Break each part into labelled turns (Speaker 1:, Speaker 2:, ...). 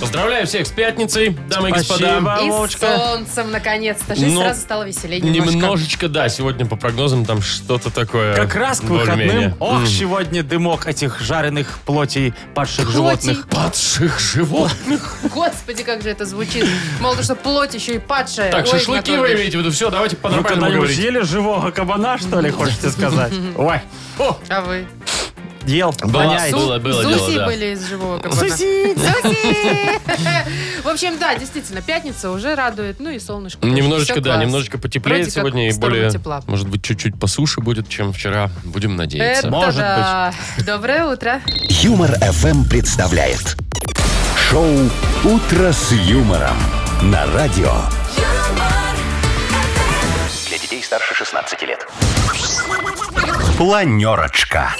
Speaker 1: Поздравляю всех с пятницей, дамы и
Speaker 2: Спасибо,
Speaker 1: господа.
Speaker 3: И с
Speaker 2: Вовочка.
Speaker 3: солнцем, наконец-то. Жизнь
Speaker 1: Ну,
Speaker 3: сразу стала веселее немножко.
Speaker 1: Немножечко, да, сегодня по прогнозам там что-то такое.
Speaker 2: Как раз к выходным.
Speaker 1: Э, более-менее.
Speaker 2: Ох,
Speaker 1: М.
Speaker 2: сегодня дымок этих жареных плотей падших
Speaker 3: Плотей.
Speaker 2: животных.
Speaker 1: Падших животных.
Speaker 3: Господи, как же это звучит. Мало того, что плоть еще и падшая.
Speaker 1: Так,
Speaker 3: Ой,
Speaker 1: шашлыки
Speaker 3: Игнат
Speaker 1: вы
Speaker 3: Ольгович.
Speaker 1: имеете в виду. Все, давайте
Speaker 2: Вы
Speaker 1: по-нормальному
Speaker 2: когда-нибудь
Speaker 1: Ну, говорить.
Speaker 2: ели живого кабана, что ли, хочете сказать? Ой,
Speaker 3: А вы?
Speaker 2: ел, воняет.
Speaker 1: Было- было дело,
Speaker 3: Зуси
Speaker 1: да.
Speaker 3: были из живого кабана.
Speaker 2: Сосиски.
Speaker 3: Зуси! В общем, да, действительно, пятница уже радует. Ну и солнышко. тоже.
Speaker 1: Немножечко,
Speaker 3: Всё
Speaker 1: да,
Speaker 3: класс.
Speaker 1: немножечко потеплее
Speaker 3: Вроде как
Speaker 1: сегодня
Speaker 3: в
Speaker 1: и
Speaker 3: сторону
Speaker 1: более,
Speaker 3: тепла.
Speaker 1: может быть, чуть-чуть посуше будет, чем вчера. Будем надеяться.
Speaker 3: Это
Speaker 2: Может
Speaker 3: да. Доброе утро.
Speaker 4: Юмор ФМ представляет. Шоу «Утро с юмором» на радио. Для детей старше 16 лет. Планерочка.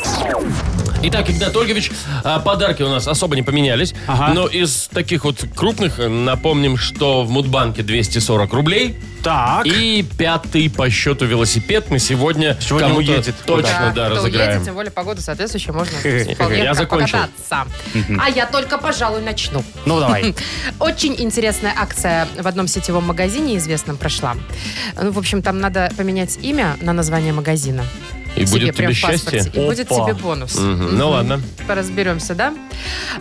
Speaker 1: Итак, Игнат Ольгович, а, подарки у нас особо не поменялись.
Speaker 2: Ага.
Speaker 1: Но из таких вот крупных, э, напомним, что в Мудбанке 240 рублей.
Speaker 2: Так.
Speaker 1: И пятый по счету велосипед мы сегодня,
Speaker 2: Сегодня
Speaker 1: кому-то
Speaker 2: уедет
Speaker 1: точно
Speaker 3: Так,
Speaker 1: ну да,
Speaker 3: кто
Speaker 1: разыграем.
Speaker 3: уедет, тем более погода соответствующая, можно
Speaker 2: Я
Speaker 3: вполне
Speaker 1: закончил.
Speaker 3: покататься. А я только, пожалуй, начну.
Speaker 2: Ну, давай.
Speaker 3: Очень интересная акция в одном сетевом магазине известном прошла. Ну, в общем, там надо поменять имя на название магазина.
Speaker 1: И
Speaker 3: Себе
Speaker 1: будет тебе
Speaker 3: прям в паспорте.
Speaker 1: счастье.
Speaker 3: И будет
Speaker 2: Опа.
Speaker 3: тебе бонус.
Speaker 1: Мгм. Ну
Speaker 3: Мгм.
Speaker 1: ладно.
Speaker 3: Поразберемся, да?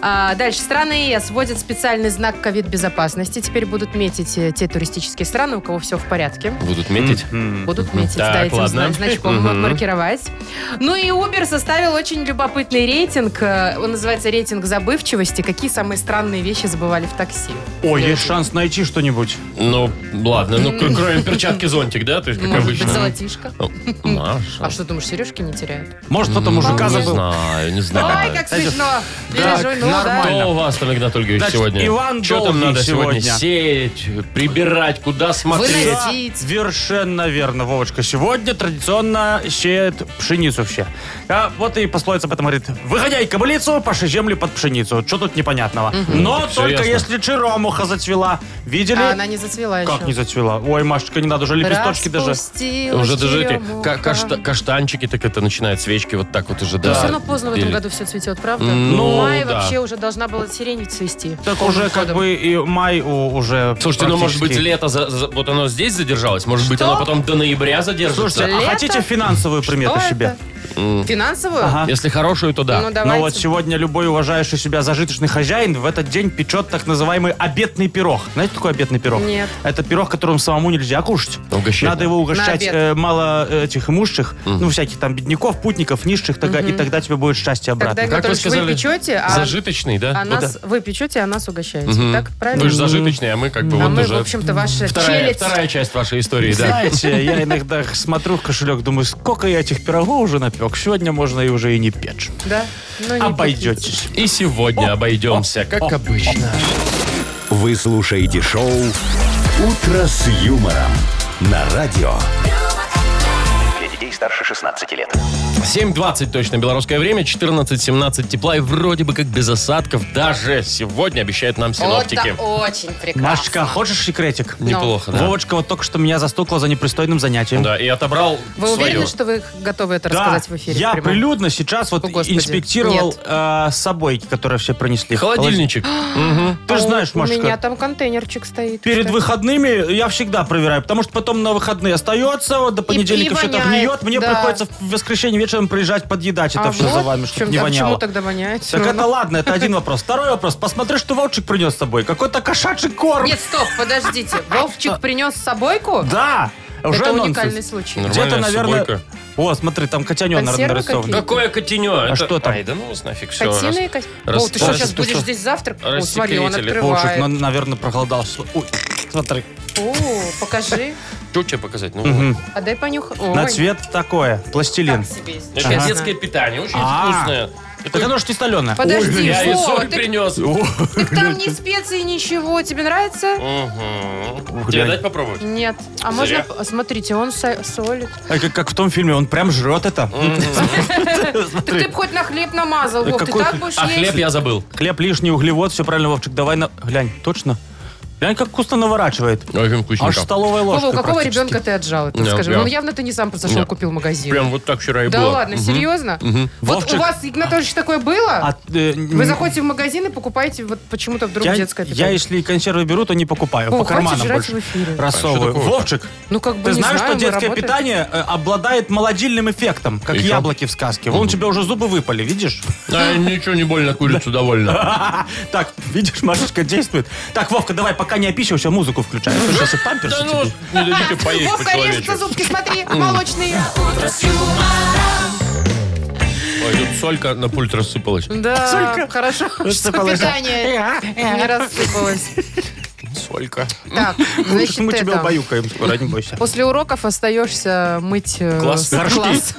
Speaker 3: А, дальше. Страны ЕС вводят специальный знак ковид-безопасности. Теперь будут метить э, те туристические страны, у кого все в порядке.
Speaker 1: Будут метить.
Speaker 3: Будут метить,
Speaker 1: Так,
Speaker 3: да, этим
Speaker 1: ладно.
Speaker 3: зна- значком
Speaker 1: Мгм.
Speaker 3: маркировать. Ну и Uber составил очень любопытный рейтинг. Э, Он называется рейтинг забывчивости. Какие самые странные вещи забывали в такси?
Speaker 2: Ой, есть шанс найти что-нибудь.
Speaker 1: Ну, ладно. Ну, кр- кроме перчатки зонтик, да? То есть, как
Speaker 3: Может быть,
Speaker 1: обычно.
Speaker 3: золотишко?
Speaker 1: Ну, Маша. Ну,
Speaker 3: А что, думаешь, сережки не теряют?
Speaker 2: Может, кто-то мужика
Speaker 1: Не
Speaker 2: забыл.
Speaker 1: знаю, не знаю.
Speaker 3: Ой, как
Speaker 2: Знаете,
Speaker 3: смешно!
Speaker 2: так,
Speaker 3: Бережу, ну да.
Speaker 2: нормально.
Speaker 1: Кто у вас там, Игнат Ольгович,
Speaker 2: Значит,
Speaker 1: сегодня?
Speaker 2: Иван
Speaker 1: Что там
Speaker 2: Долгий
Speaker 1: надо сегодня?
Speaker 2: сегодня.
Speaker 1: Сеять, прибирать, куда смотреть?
Speaker 3: Выносить.
Speaker 2: Да,
Speaker 3: Сидеть.
Speaker 2: Совершенно верно, Вовочка. Сегодня традиционно сеет пшеницу все. А вот и пословица об этом говорит. Выгоняй кобылицу, паши землю под пшеницу. Что тут непонятного? Но
Speaker 1: Ну, Всё
Speaker 2: только
Speaker 1: ясно.
Speaker 2: если черемуха зацвела. Видели?
Speaker 3: А она не зацвела еще.
Speaker 2: Как не зацвела? Ой, Машечка, не надо, уже лепесточки даже.
Speaker 1: Уже даже эти ка- кашта- каштанчики, так это начинают свечки вот так вот уже. Да.
Speaker 3: Все равно поздно в этом
Speaker 1: Или-
Speaker 3: году все цветет, правда?
Speaker 1: Ну,
Speaker 3: Май
Speaker 1: да.
Speaker 3: вообще уже должна была сирень ведь цвести.
Speaker 2: Так уже как бы и май у- уже
Speaker 1: Слушайте, ну может быть
Speaker 2: практически.
Speaker 1: лето, за- за- вот оно здесь задержалось, может быть
Speaker 3: Что?
Speaker 1: оно потом до ноября задержится.
Speaker 2: Слушайте, а
Speaker 3: Лето?
Speaker 2: хотите финансовую примету
Speaker 3: Что
Speaker 2: себе?
Speaker 3: это? Финансовую?
Speaker 2: Ага.
Speaker 1: Если хорошую, то да.
Speaker 3: Ну,
Speaker 2: Но
Speaker 3: давайте.
Speaker 2: вот сегодня любой уважающий себя зажиточный хозяин в этот день печет так называемый обедный пирог. Знаете, такой обедный пирог?
Speaker 3: Нет.
Speaker 2: Это пирог, которым самому нельзя кушать.
Speaker 1: Угощать.
Speaker 2: Надо его угощать
Speaker 3: На обед.
Speaker 2: э, мало э, этих имущих, ну, всяких там бедняков, путников, низших, тогда- и тогда тебе будет счастье
Speaker 3: Тогда,
Speaker 2: обратно.
Speaker 3: Игорь Анатольевич, вы, печете, а,
Speaker 1: Зажиточный, да?
Speaker 3: а
Speaker 1: Вот
Speaker 3: нас, вы печете, а нас угощаете. Так,
Speaker 1: да.
Speaker 3: правильно?
Speaker 1: Вы же зажиточный, а мы как бы
Speaker 3: А
Speaker 1: вот
Speaker 3: мы,
Speaker 1: уже...
Speaker 3: в общем-то, ваша
Speaker 1: вторая,
Speaker 3: челядь.
Speaker 1: вторая часть вашей истории, да.
Speaker 2: Знаете, я иногда смотрю в кошелек, думаю, сколько я этих пирогов уже напек. Сегодня можно и уже и не печь.
Speaker 3: Да? Ну,
Speaker 1: А
Speaker 3: не
Speaker 2: Обойдетесь.
Speaker 1: И сегодня обойдемся, как обычно.
Speaker 4: Вы слушаете шоу «Утро с юмором» на радио. Для детей старше 16 лет.
Speaker 1: 7.20 точно белорусское время, 14.17 тепла и вроде бы как без осадков даже сегодня обещают нам
Speaker 3: пеките. Вот
Speaker 1: синоптики.
Speaker 3: это очень прекрасно.
Speaker 2: Машка, хочешь секретик?
Speaker 3: Ну.
Speaker 1: Неплохо, да.
Speaker 2: Вовочка вот только что меня застукала за непристойным занятием.
Speaker 1: Да, и отобрал
Speaker 3: Вы
Speaker 1: свое.
Speaker 3: уверены, что вы готовы это
Speaker 2: Да,
Speaker 3: рассказать в эфире?
Speaker 2: я
Speaker 3: в прямом?
Speaker 2: прилюдно сейчас вот
Speaker 3: О, Господи,
Speaker 2: инспектировал
Speaker 3: нет.
Speaker 2: э, собойки, которые все принесли.
Speaker 1: Холодильничек.
Speaker 2: Холодильник. Ты же знаешь,
Speaker 3: У меня
Speaker 2: Машка,
Speaker 3: там контейнерчик стоит.
Speaker 2: перед
Speaker 3: Что?
Speaker 2: выходными я всегда проверяю, потому что потом на выходные остается, вот до понедельника
Speaker 3: и
Speaker 2: все так
Speaker 3: воняет,
Speaker 2: гниет, мне
Speaker 3: да.
Speaker 2: приходится в воскресенье вечером приезжать подъедать это
Speaker 3: а
Speaker 2: все
Speaker 3: вот
Speaker 2: за вами, чтобы
Speaker 3: чем-
Speaker 2: не
Speaker 3: а почему
Speaker 2: воняло.
Speaker 3: тогда воняет?
Speaker 2: Так
Speaker 3: Ну,
Speaker 2: это ладно, это один вопрос. Второй вопрос. Посмотри, что Вовчик принес с собой. Какой-то кошачий корм.
Speaker 3: Нет, стоп, подождите. Вовчик принес с собойку?
Speaker 2: Да, уже
Speaker 3: это
Speaker 2: нонсенс.
Speaker 3: уникальный случай.
Speaker 1: Ну,
Speaker 2: Где-то,
Speaker 1: Нормальная
Speaker 2: наверное...
Speaker 1: собойка.
Speaker 2: О, смотри, там котенок
Speaker 3: Консервы
Speaker 2: нарисован.
Speaker 3: какие-то?
Speaker 1: Какое котенё?
Speaker 2: А что там?
Speaker 1: Ай, да ну вас нафиг все.
Speaker 3: Котиные кос-
Speaker 1: раз-
Speaker 3: О, ты что,
Speaker 1: раз-
Speaker 3: сейчас
Speaker 2: ты
Speaker 3: будешь
Speaker 2: что?
Speaker 3: здесь завтрак? О, смотри, он
Speaker 1: Рассекретили.
Speaker 2: Вовчик,
Speaker 3: открывает.
Speaker 2: ну, наверное, проголодался. Ой, смотри.
Speaker 3: О, покажи.
Speaker 1: Что тебе показать? Ну,
Speaker 2: Мгм.
Speaker 3: А дай понюхай. Ой,
Speaker 2: На цвет такое, пластилин.
Speaker 3: так себе, если
Speaker 1: Ну, Это
Speaker 3: честно.
Speaker 1: детское питание, очень
Speaker 2: А.
Speaker 1: вкусное.
Speaker 2: Так оно ж не соленое.
Speaker 1: Ой,
Speaker 3: Подожди,
Speaker 1: я и
Speaker 3: Вова,
Speaker 1: соль
Speaker 3: ты,
Speaker 1: принес.
Speaker 3: так там ни специи, ничего. Тебе нравится?
Speaker 1: Угу.
Speaker 2: Ух,
Speaker 1: Тебе
Speaker 2: глянь.
Speaker 1: дать попробовать?
Speaker 3: Нет. А
Speaker 1: Зря.
Speaker 3: можно... п- Смотрите, он со- солит.
Speaker 2: А Как, как в том фильме, он прям жрет это.
Speaker 3: Так ты бы хоть на хлеб намазал,
Speaker 2: Э,
Speaker 3: Вов. Ты
Speaker 2: какой
Speaker 3: так
Speaker 2: хлеб?
Speaker 3: будешь
Speaker 1: А
Speaker 3: есть?
Speaker 1: хлеб я забыл.
Speaker 2: Хлеб лишний, углевод, все правильно, Вовчик, давай на... Глянь, точно? Глянь, как вкусно наворачивает.
Speaker 1: Очень вкусненько.
Speaker 2: Аж столовая ложка
Speaker 3: Вова, у какого
Speaker 2: практически.
Speaker 3: ребенка ты отжал? это
Speaker 1: Да,
Speaker 3: скажи.
Speaker 1: я-
Speaker 3: Ну, явно ты не сам зашел,
Speaker 1: Я-
Speaker 3: купил в магазин.
Speaker 1: Прям вот так вчера и
Speaker 3: Да
Speaker 1: было.
Speaker 3: ладно,
Speaker 1: Мгм.
Speaker 3: серьезно? Вот
Speaker 2: Вовчик.
Speaker 3: у вас, Игнатович, такое было?
Speaker 2: А, э, н-
Speaker 3: Вы заходите в магазин и покупаете вот почему-то вдруг
Speaker 2: я,
Speaker 3: детское
Speaker 2: я,
Speaker 3: питание.
Speaker 2: если консервы беру, то не покупаю.
Speaker 3: О,
Speaker 2: по
Speaker 3: хватит
Speaker 2: карманам
Speaker 3: жрать
Speaker 2: больше.
Speaker 3: в эфире.
Speaker 2: Рассовываю.
Speaker 1: А что такого?
Speaker 2: Вовчик,
Speaker 3: Ну, как бы
Speaker 2: ты
Speaker 3: не
Speaker 2: знаешь,
Speaker 3: знаю,
Speaker 2: что
Speaker 3: мы
Speaker 2: детское
Speaker 3: работаем.
Speaker 2: питание э, обладает молодильным эффектом, как
Speaker 1: И чё?
Speaker 2: яблоки в сказке. Вон у тебя уже зубы выпали, видишь?
Speaker 1: Да, ничего не больно, курицу довольно.
Speaker 2: Так, видишь, Машечка действует. Так, Вовка, давай, пока не опищиваешься, музыку включай. Ты Сейчас и памперсы
Speaker 1: Да
Speaker 2: тебе.
Speaker 1: ну, не дадите поесть
Speaker 3: Вовка,
Speaker 1: по-человечески.
Speaker 3: режется зубки, смотри, молочные.
Speaker 1: Ой, тут солька на пульт рассыпалась.
Speaker 3: Да,
Speaker 2: Солька.
Speaker 3: хорошо, что
Speaker 2: Рассыпалась.
Speaker 3: питание не рассыпалось.
Speaker 1: Солька.
Speaker 3: Так,
Speaker 2: Значит,
Speaker 3: значит,
Speaker 2: мы тебя
Speaker 3: это.
Speaker 2: убаюкаем скоро, не бойся.
Speaker 3: После уроков остаешься мыть э,
Speaker 1: Класс.
Speaker 3: с-
Speaker 2: Горшки.
Speaker 3: класс.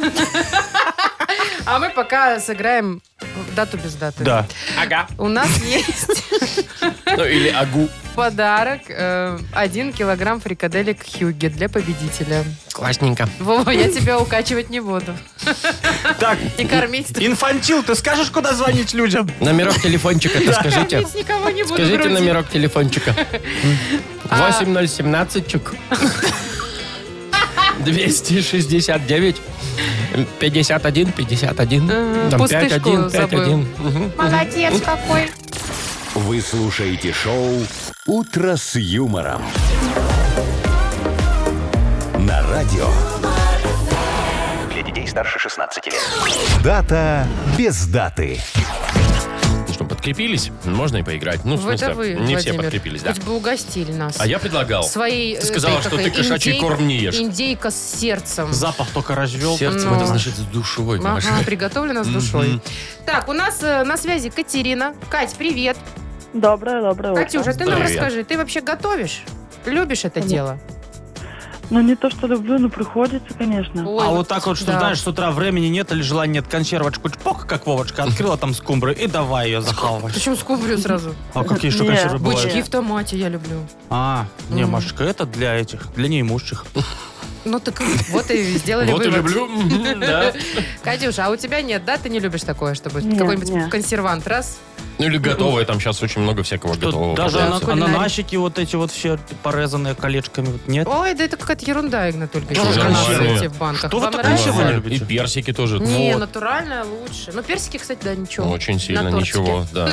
Speaker 3: А мы пока сыграем в дату без даты.
Speaker 2: Да.
Speaker 1: Ага.
Speaker 3: У нас есть
Speaker 1: Ну или агу.
Speaker 3: подарок. э, Один килограмм фрикаделек Хьюги для победителя.
Speaker 1: Классненько.
Speaker 3: Вова, я тебя укачивать не буду.
Speaker 2: Так,
Speaker 3: И кормить тоже.
Speaker 2: инфантил, ты скажешь, куда звонить людям?
Speaker 1: Номерок телефончика это скажите.
Speaker 3: Кормить никого не буду.
Speaker 1: Скажите
Speaker 3: грудью.
Speaker 1: номерок телефончика.
Speaker 3: А.
Speaker 1: 8017 чук. 269 51 51
Speaker 3: Э,
Speaker 1: там,
Speaker 3: пустышку
Speaker 1: 51
Speaker 3: забыл.
Speaker 1: 51 Мгм. Ну,
Speaker 3: Молодец какой.
Speaker 4: Вы слушаете шоу «Утро с юмором». На радио.
Speaker 5: Для детей старше 16 лет.
Speaker 4: Дата без даты.
Speaker 1: Ну что, подкрепились? Можно и поиграть. Ну, в
Speaker 3: Вы это
Speaker 1: смысле,
Speaker 3: вы,
Speaker 1: не все
Speaker 3: Владимир.
Speaker 1: подкрепились, да.
Speaker 3: Хоть бы угостили нас.
Speaker 1: А я предлагал.
Speaker 3: Своей...
Speaker 1: Ты
Speaker 3: э,
Speaker 1: сказала,
Speaker 3: этой,
Speaker 1: что
Speaker 3: как
Speaker 1: ты
Speaker 3: ее,
Speaker 1: кошачий
Speaker 3: индей-
Speaker 1: корм не ешь.
Speaker 3: Индейка с сердцем.
Speaker 2: Запах только развел.
Speaker 1: Сердцем
Speaker 3: Ну.
Speaker 1: это значит с душой, Маша.
Speaker 3: Ага, приготовлена с душой. Так, у нас э, на связи Катерина. Кать, привет.
Speaker 6: Доброе, доброе утро.
Speaker 3: Катюша, ты нам
Speaker 1: Привет.
Speaker 3: расскажи, ты вообще готовишь? Любишь это
Speaker 6: Нет.
Speaker 3: дело?
Speaker 6: Ну, не то, что люблю, но приходится, конечно.
Speaker 3: Ой,
Speaker 2: а вот так вот, что
Speaker 3: да.
Speaker 2: знаешь, с утра времени нет или желания нет, консервочку чпок, как Вовочка, открыла там скумбры и давай ее захавывать.
Speaker 3: Причем скумбрию сразу.
Speaker 2: А какие что
Speaker 6: Не.
Speaker 2: консервы бывают?
Speaker 3: Бычки в томате я люблю.
Speaker 2: А, не,
Speaker 3: М.
Speaker 2: Машечка, это для этих, для неимущих.
Speaker 3: Ну так вот и сделали
Speaker 1: Вот и
Speaker 3: вывод.
Speaker 1: люблю. Мгм, Да.
Speaker 3: Катюша, а у тебя нет, да? Ты не любишь такое, чтобы
Speaker 6: Не,
Speaker 3: какой-нибудь
Speaker 6: не.
Speaker 3: консервант раз?
Speaker 1: Ну или готовое, там сейчас очень много всякого готового.
Speaker 2: Даже
Speaker 1: продается.
Speaker 2: ана-
Speaker 3: Кулинарий.
Speaker 2: ананасики вот эти вот все порезанные колечками, вот нет?
Speaker 3: Ой, да это какая-то ерунда, Игнатольевич.
Speaker 2: Тоже
Speaker 1: консервы.
Speaker 3: в банках.
Speaker 2: Что вы
Speaker 3: Вам
Speaker 2: такое
Speaker 3: нравится?
Speaker 2: сегодня
Speaker 1: Нормально.
Speaker 2: любите?
Speaker 1: И персики тоже.
Speaker 3: Не,
Speaker 1: Вот.
Speaker 3: натуральное лучше. Ну, персики, кстати, да, ничего.
Speaker 1: Очень сильно,
Speaker 3: На тортике.
Speaker 1: ничего, да.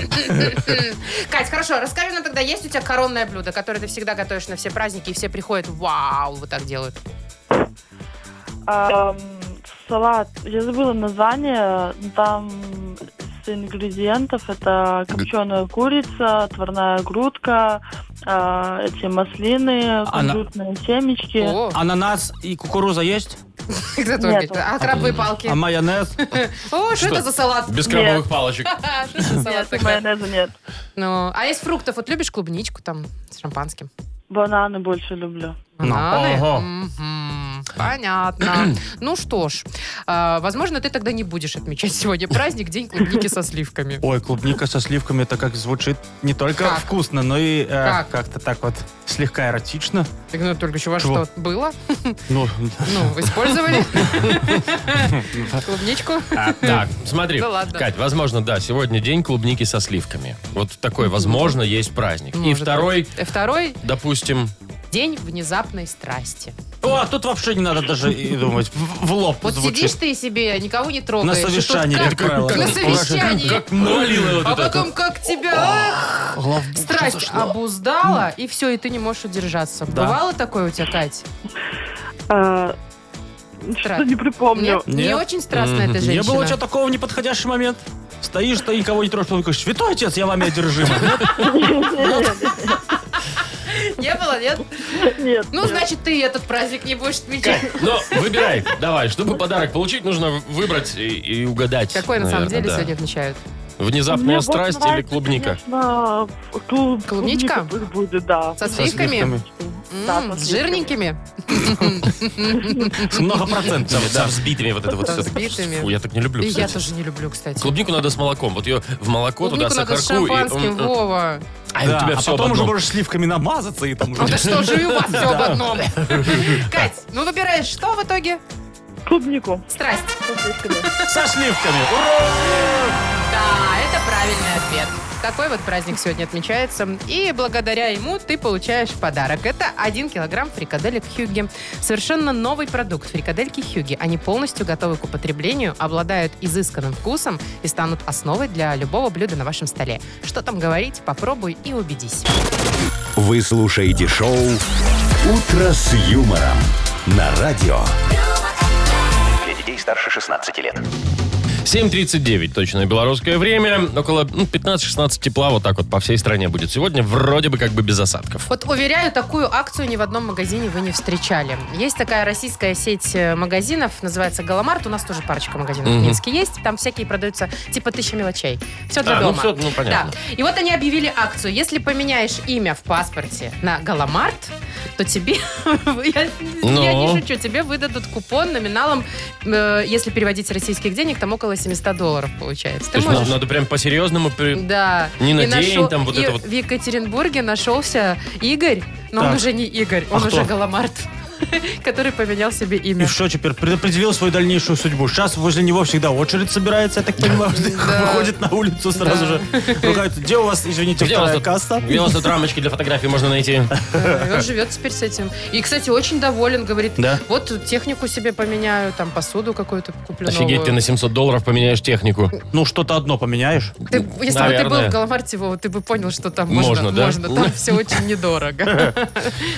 Speaker 3: Кать, хорошо, расскажи нам тогда, есть у тебя коронное блюдо, которое ты всегда готовишь на все праздники, и все приходят, вау, вот так делают.
Speaker 6: А, м, салат, я забыла название, там с ингредиентов это копченая курица, отварная грудка, а, эти
Speaker 7: А
Speaker 6: маслины,
Speaker 2: Она-
Speaker 6: кунжутные семечки.
Speaker 3: О,
Speaker 2: Ананас и кукуруза есть?
Speaker 3: Игнатолий
Speaker 6: нет.
Speaker 3: говорит, а крабовые палки?
Speaker 2: А майонез?
Speaker 3: О, что
Speaker 1: что?
Speaker 3: это за салат?
Speaker 1: Без крабовых палочек.
Speaker 3: А, что за салат
Speaker 6: Нет,
Speaker 3: такой?
Speaker 6: майонеза нет.
Speaker 3: Ну, а из фруктов, вот любишь клубничку там с шампанским?
Speaker 6: Бананы больше люблю.
Speaker 2: Ну,
Speaker 3: Бананы?
Speaker 2: ого.
Speaker 3: Мгм. Понятно. Ну что ж, а, возможно, ты тогда не будешь отмечать сегодня праздник, день клубники со сливками.
Speaker 2: Ой, клубника со сливками, это как звучит не только
Speaker 3: Как?
Speaker 2: вкусно, но и э,
Speaker 3: Как?
Speaker 2: как-то так вот слегка эротично.
Speaker 3: Игнат только чего
Speaker 2: Чего?
Speaker 3: что было?
Speaker 2: Ну,
Speaker 3: Ну, использовали клубничку.
Speaker 1: А, Так, смотри,
Speaker 3: Да Ну ладно.
Speaker 1: Кать, возможно, да, сегодня день клубники со сливками. Вот такой, возможно, есть праздник. И
Speaker 3: Может
Speaker 1: второй,
Speaker 3: быть. Э, Второй
Speaker 1: допустим,
Speaker 3: день внезапной страсти.
Speaker 2: О, а тут вообще не надо даже и думать. В, в лоб
Speaker 3: Вот
Speaker 2: звучит.
Speaker 3: сидишь ты себе, никого не
Speaker 2: На
Speaker 3: трогаешь. и тут
Speaker 2: совещании,
Speaker 3: как-
Speaker 2: как правило.
Speaker 3: на
Speaker 2: Как-
Speaker 3: совещании.
Speaker 1: как молила
Speaker 3: А
Speaker 1: вот это.
Speaker 3: потом как тебя ах, страсть обуздала, и все, и ты не можешь удержаться.
Speaker 2: Да.
Speaker 3: Бывало такое у тебя, Кать?
Speaker 6: А,
Speaker 3: Тра-
Speaker 6: Что-то не припомню.
Speaker 3: Нет, не
Speaker 2: Нет.
Speaker 3: очень страстная
Speaker 1: Мгм.
Speaker 3: ты
Speaker 2: Не
Speaker 3: женщина.
Speaker 2: было у тебя такого неподходящий момент? Стоишь, ты никого не трогаешь, потом говоришь, святой отец, я вами одержим.
Speaker 3: Не было, нет?
Speaker 6: Нет.
Speaker 3: Ну, значит, ты этот праздник не будешь отмечать.
Speaker 1: Кать, ну, выбирай, давай. Чтобы подарок получить, нужно выбрать и, и угадать.
Speaker 3: Какой на самом
Speaker 1: наверное,
Speaker 3: деле
Speaker 1: да.
Speaker 3: сегодня отмечают?
Speaker 7: Внезапная
Speaker 8: Мне больше
Speaker 7: страсть или
Speaker 8: нравится,
Speaker 7: клубника?
Speaker 8: конечно, клуб-
Speaker 3: Клубничка?
Speaker 8: клубника пусть будет, да.
Speaker 3: Со
Speaker 2: Со
Speaker 3: сливками?
Speaker 8: Да,
Speaker 3: М,
Speaker 8: со
Speaker 3: с
Speaker 8: сливками.
Speaker 3: жирненькими?
Speaker 2: С многопроцентными,
Speaker 7: Со
Speaker 2: да.
Speaker 7: взбитыми вот это вот
Speaker 3: Со
Speaker 7: все. так-
Speaker 3: взбитыми.
Speaker 7: Фу, я так не люблю,
Speaker 3: И Я
Speaker 7: кстати.
Speaker 3: тоже не люблю, кстати.
Speaker 7: Клубнику надо с молоком. Вот ее в молоко
Speaker 3: Клубнику
Speaker 7: туда,
Speaker 3: надо с
Speaker 7: сахарку. и,
Speaker 3: шампанским,
Speaker 7: м, э, м.
Speaker 3: Вова.
Speaker 7: А, и
Speaker 2: Да,
Speaker 7: у тебя
Speaker 2: а
Speaker 7: все
Speaker 2: потом
Speaker 7: об
Speaker 2: уже
Speaker 7: одном.
Speaker 2: можешь сливками намазаться и там
Speaker 3: Ну
Speaker 2: уже...
Speaker 3: ты что, же и у вас все об одном. Кать, ну выбираешь что в итоге?
Speaker 8: Клубнику.
Speaker 3: Страсть.
Speaker 2: Со сливками! Ура!
Speaker 3: Да, это правильный ответ. Такой вот праздник сегодня отмечается. И благодаря ему ты получаешь в подарок. Это 1 килограмм фрикаделек Хьюги. Совершенно новый продукт фрикадельки Хьюги. Они полностью готовы к употреблению, обладают изысканным вкусом и станут основой для любого блюда на вашем столе. Что там говорить, попробуй и убедись.
Speaker 4: Вы слушаете шоу «Утро с юмором» на радио.
Speaker 5: Для детей старше 16 лет.
Speaker 7: 7.39, точное белорусское время. Около ну, 15-16 тепла вот так вот по всей стране будет сегодня. Вроде бы как бы без осадков.
Speaker 3: Вот, уверяю, такую акцию ни в одном магазине вы не встречали. Есть такая российская сеть э, магазинов, называется «Галамарт». У нас тоже парочка магазинов в
Speaker 7: Мгм.
Speaker 3: Минске есть. Там всякие продаются типа тысяча мелочей. Все для
Speaker 7: А, ну
Speaker 3: дома.
Speaker 7: всё, ну, понятно.
Speaker 3: Да. И вот они объявили акцию. Если поменяешь имя в паспорте на «Галамарт», то тебе, я, я
Speaker 7: Ну?
Speaker 3: не шучу, тебе выдадут купон номиналом, э, если переводить российских денег, там около 700 долларов получается.
Speaker 7: То
Speaker 3: Ты
Speaker 7: есть
Speaker 3: можешь...
Speaker 7: надо, надо прям по-серьезному... при-
Speaker 3: Да.
Speaker 7: Не на
Speaker 3: И
Speaker 7: день, там вот
Speaker 3: и
Speaker 7: это вот.
Speaker 3: В Екатеринбурге нашелся Игорь, но он
Speaker 2: Так.
Speaker 3: уже не Игорь,
Speaker 2: А
Speaker 3: он уже
Speaker 2: кто?
Speaker 3: Галамарт, который поменял себе
Speaker 2: И
Speaker 3: имя.
Speaker 2: что теперь? Предопределил свою дальнейшую судьбу. Сейчас возле него всегда очередь собирается, я так понимаю. Выходит на улицу сразу же. Ругаются. Где у вас, извините,
Speaker 7: Где у, вас
Speaker 2: вторая
Speaker 7: тут,
Speaker 2: касса?
Speaker 7: где у вас тут рамочки для фотографий можно найти?
Speaker 3: Да, и он живет теперь с этим. И, кстати, очень доволен, говорит,
Speaker 2: Да.
Speaker 3: вот технику себе поменяю, там посуду какую-то куплю
Speaker 7: Офигеть, ты на
Speaker 3: новую.
Speaker 7: 700 долларов поменяешь технику.
Speaker 2: Ну, что-то одно поменяешь.
Speaker 3: Ты- если бы ты был
Speaker 7: Наверное.
Speaker 3: в Галамарте, Вова, ты бы понял, что там можно.
Speaker 7: Можно, да?
Speaker 3: Можно, там все очень недорого.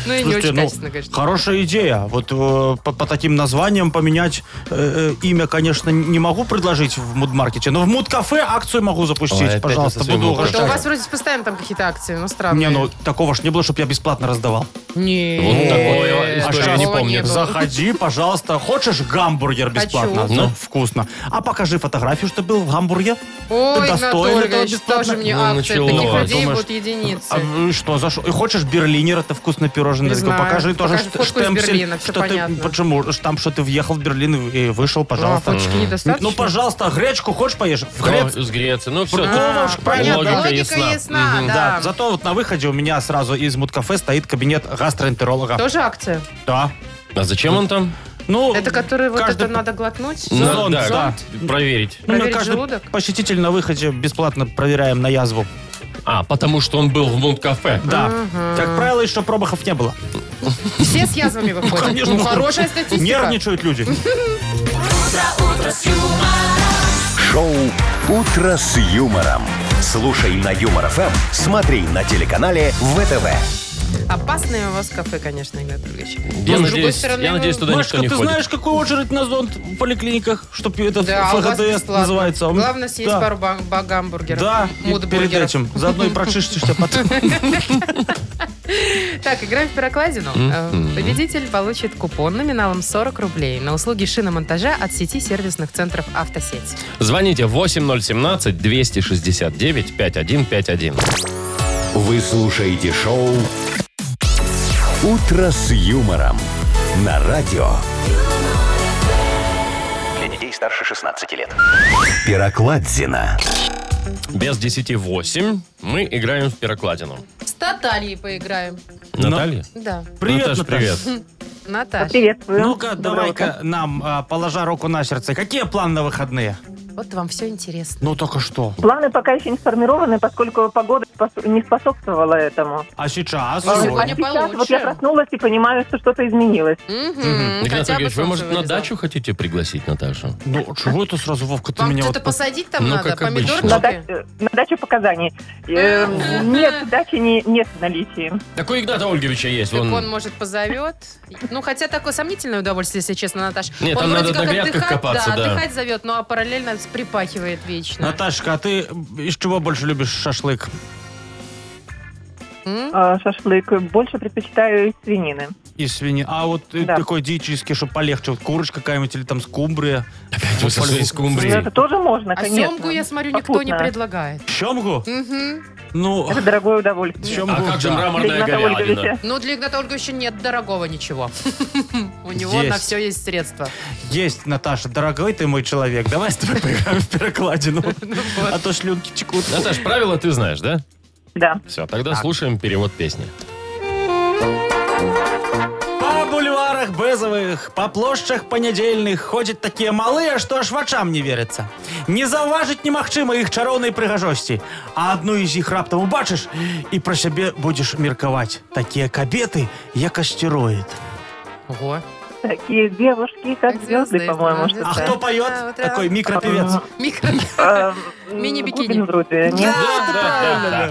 Speaker 3: Ну и не
Speaker 2: Слушайте,
Speaker 3: очень
Speaker 2: ну,
Speaker 3: качественно, конечно.
Speaker 2: Хорошая идея. Вот э, по, по таким названиям поменять э, э, имя, конечно, не могу предложить в мудмаркете, но в мудкафе акцию могу
Speaker 7: Ой,
Speaker 2: запустить.
Speaker 7: опять
Speaker 2: Пожалуйста,
Speaker 7: ты со своим
Speaker 2: буду
Speaker 7: мудкафе.
Speaker 3: Да А у
Speaker 2: угощать.
Speaker 3: вас вроде постоянно там какие-то акции, ну странные.
Speaker 2: Не, ну такого ж не было, чтобы я бесплатно раздавал.
Speaker 3: Не.
Speaker 7: Вот такое
Speaker 3: такого
Speaker 7: историю не
Speaker 3: было.
Speaker 7: помню.
Speaker 2: Заходи, пожалуйста. Хочешь гамбургер бесплатно?
Speaker 3: Хочу.
Speaker 2: Ну,
Speaker 7: Ну.
Speaker 2: вкусно. А покажи фотографию, что был в гамбурге.
Speaker 3: Ой,
Speaker 2: Ты достоин этого
Speaker 3: Анатольевич,
Speaker 2: бесплатно?
Speaker 3: тоже мне
Speaker 7: Ну,
Speaker 3: акция.
Speaker 7: началось.
Speaker 3: Таких людей
Speaker 2: Думаешь,
Speaker 3: вот единицы.
Speaker 2: А, э, что, за что? И хочешь берлинер, это вкусное пирожное.
Speaker 3: Не
Speaker 2: Такое,
Speaker 3: знаю.
Speaker 2: Покажи тоже
Speaker 3: Покажи
Speaker 2: шт-
Speaker 3: фотку из
Speaker 2: штемпель,
Speaker 3: Берлина, всё
Speaker 2: что ты,
Speaker 3: понятно.
Speaker 2: почему? Штамп, что ты въехал в Берлин и вышел, пожалуйста.
Speaker 3: Ну, а фоточки
Speaker 2: Мгм.
Speaker 3: недостаточно?
Speaker 2: Ну, пожалуйста, гречку хочешь поешь? В Грец-
Speaker 7: Из Греции. Ну все,
Speaker 3: А, понятно. Логика ясна, да.
Speaker 2: Да, зато вот на выходе у меня сразу из мудкафе стоит кабинет гастроэнтеролога.
Speaker 3: Тоже акция?
Speaker 2: Да.
Speaker 7: А зачем он там?
Speaker 2: Ну,
Speaker 3: Это который вот
Speaker 2: каждый
Speaker 3: это надо глотнуть?
Speaker 2: Ну, Зонд,
Speaker 7: да,
Speaker 2: зонд.
Speaker 7: проверить.
Speaker 2: Ну,
Speaker 3: Проверить
Speaker 2: каждый
Speaker 3: желудок?
Speaker 2: посетитель на выходе бесплатно проверяем на язву.
Speaker 7: А, потому что он был в Мунт-кафе.
Speaker 2: Да. Как правило, еще промахов не было.
Speaker 3: Все с язвами выходят.
Speaker 2: конечно.
Speaker 3: Ну, хорошая статистика.
Speaker 2: Нервничают люди.
Speaker 4: Шоу «Утро с юмором». Слушай на Юмор ФМ, смотри на телеканале ВТВ.
Speaker 3: Опасные у вас кафе, конечно, Игорь Ольгович.
Speaker 7: Я,
Speaker 3: Но, с другой
Speaker 7: надеюсь,
Speaker 3: стороны, ну,
Speaker 7: я надеюсь, туда
Speaker 2: Машка,
Speaker 7: никто не
Speaker 2: ты
Speaker 7: ходит.
Speaker 2: знаешь, какую очередь на зонт в поликлиниках, чтобы этот
Speaker 3: да, а у вас
Speaker 2: ФГДС
Speaker 3: бесплатно.
Speaker 2: называется? Он-
Speaker 3: Главное съесть
Speaker 2: Да.
Speaker 3: пару ба- ба- гамбургеров.
Speaker 2: Да, и перед
Speaker 3: мудбургеров.
Speaker 2: этим. Заодно и прочистишься потом.
Speaker 3: Так, играем в перокладину. Э, Победитель получит купон номиналом 40 рублей на услуги шиномонтажа от сети сервисных центров «Автосеть».
Speaker 7: Звоните 8017-269-5151.
Speaker 4: Вы слушаете шоу «Утро с юмором» на радио.
Speaker 5: Для детей старше 16 лет.
Speaker 4: Пирокладзина.
Speaker 7: Без 10 8 мы играем в перокладину.
Speaker 3: С Натальей поиграем.
Speaker 2: Ну,
Speaker 7: Наталья?
Speaker 3: Да,
Speaker 2: Привет,
Speaker 7: Наташ,
Speaker 2: Наташ.
Speaker 7: привет.
Speaker 3: Наташа.
Speaker 8: Приветствую.
Speaker 2: Ну-ка, давай-ка нам, а, положа руку на сердце, какие планы на выходные?
Speaker 3: Вот вам все интересно.
Speaker 2: Ну, только что.
Speaker 6: Планы пока еще не сформированы, поскольку погода спос- не способствовала этому.
Speaker 2: А сейчас?
Speaker 3: Ну,
Speaker 6: А
Speaker 2: Ой.
Speaker 3: сегодня
Speaker 6: сейчас вот
Speaker 3: получше.
Speaker 6: я проснулась и понимаю, что что-то изменилось.
Speaker 3: Мгм,
Speaker 7: Игнат
Speaker 3: хотя бы
Speaker 7: Сергеевич, вы,
Speaker 3: солнце
Speaker 7: может, на
Speaker 3: вылезло.
Speaker 7: дачу хотите пригласить Наташу?
Speaker 2: Ну, чего это сразу, Вовка, ты
Speaker 3: Вам
Speaker 2: меня
Speaker 3: что-то
Speaker 2: вот...
Speaker 3: посадить там
Speaker 7: Ну,
Speaker 3: надо?
Speaker 7: как обычно.
Speaker 3: Помидорчики?
Speaker 6: На, дач- э, на даче показаний. Э, Нет, дачи не, нет в наличии.
Speaker 7: Так у Игната Ольговича есть.
Speaker 3: Так
Speaker 7: он-
Speaker 3: он, может, позовет. Ну, хотя такое сомнительное удовольствие, если честно, Наташ.
Speaker 7: Нет,
Speaker 3: он
Speaker 7: там
Speaker 3: вроде
Speaker 7: надо
Speaker 3: как
Speaker 7: на грядках
Speaker 3: отдыхать,
Speaker 7: копаться, да.
Speaker 3: отдыхать зовет, но а параллельно припахивает вечно.
Speaker 2: Наташка, а ты из чего больше любишь шашлык?
Speaker 3: М?
Speaker 6: А, Шашлык больше предпочитаю из свинины.
Speaker 2: и свиньи. А вот э,
Speaker 6: Да.
Speaker 2: такой диетический, чтобы полегче. Вот курочка какая-нибудь или там скумбрия.
Speaker 7: Опять вы со своей
Speaker 6: Ну,
Speaker 7: скумбрией.
Speaker 6: это тоже можно,
Speaker 3: А
Speaker 6: конечно.
Speaker 3: семку, я смотрю, никто не
Speaker 6: Попутно.
Speaker 3: предлагает.
Speaker 2: Щемгу?
Speaker 3: Мгм.
Speaker 2: Ну,
Speaker 6: Это дорогое удовольствие.
Speaker 2: щемгу.
Speaker 7: А как же мраморная
Speaker 6: Игната
Speaker 7: говядина?
Speaker 6: Ольговича.
Speaker 3: Ну, для Игната Ольговича нет дорогого ничего. У него на
Speaker 2: Есть.
Speaker 3: все есть средства.
Speaker 2: Есть, Наташа, дорогой ты мой человек. Давай с тобой поиграем в перекладину. А то шлюнки текут.
Speaker 7: Наташ, Ну, правила ты знаешь, да?
Speaker 6: Да.
Speaker 7: Все, тогда слушаем перевод песни.
Speaker 2: По А бульварах Безовых, по площадях понедельных ходят такие малые, что аж в очам не верится. Не зауважить немагчыма их чароўнай прыгажосці. А одну из их раптом убачишь и про себе будешь мерковать. Такие кабеты, як астероид.
Speaker 3: Ого.
Speaker 6: Такие девушки, как,
Speaker 3: Как звезды,
Speaker 6: звезды, по-моему,
Speaker 3: да,
Speaker 6: что
Speaker 2: А
Speaker 3: Да.
Speaker 2: кто
Speaker 3: Да, вот
Speaker 2: поет?
Speaker 3: так.
Speaker 2: Такой микропевец.
Speaker 3: Микро...
Speaker 6: Эм,
Speaker 3: Мини-бикини.
Speaker 6: вроде, нет?
Speaker 7: Да, да, да.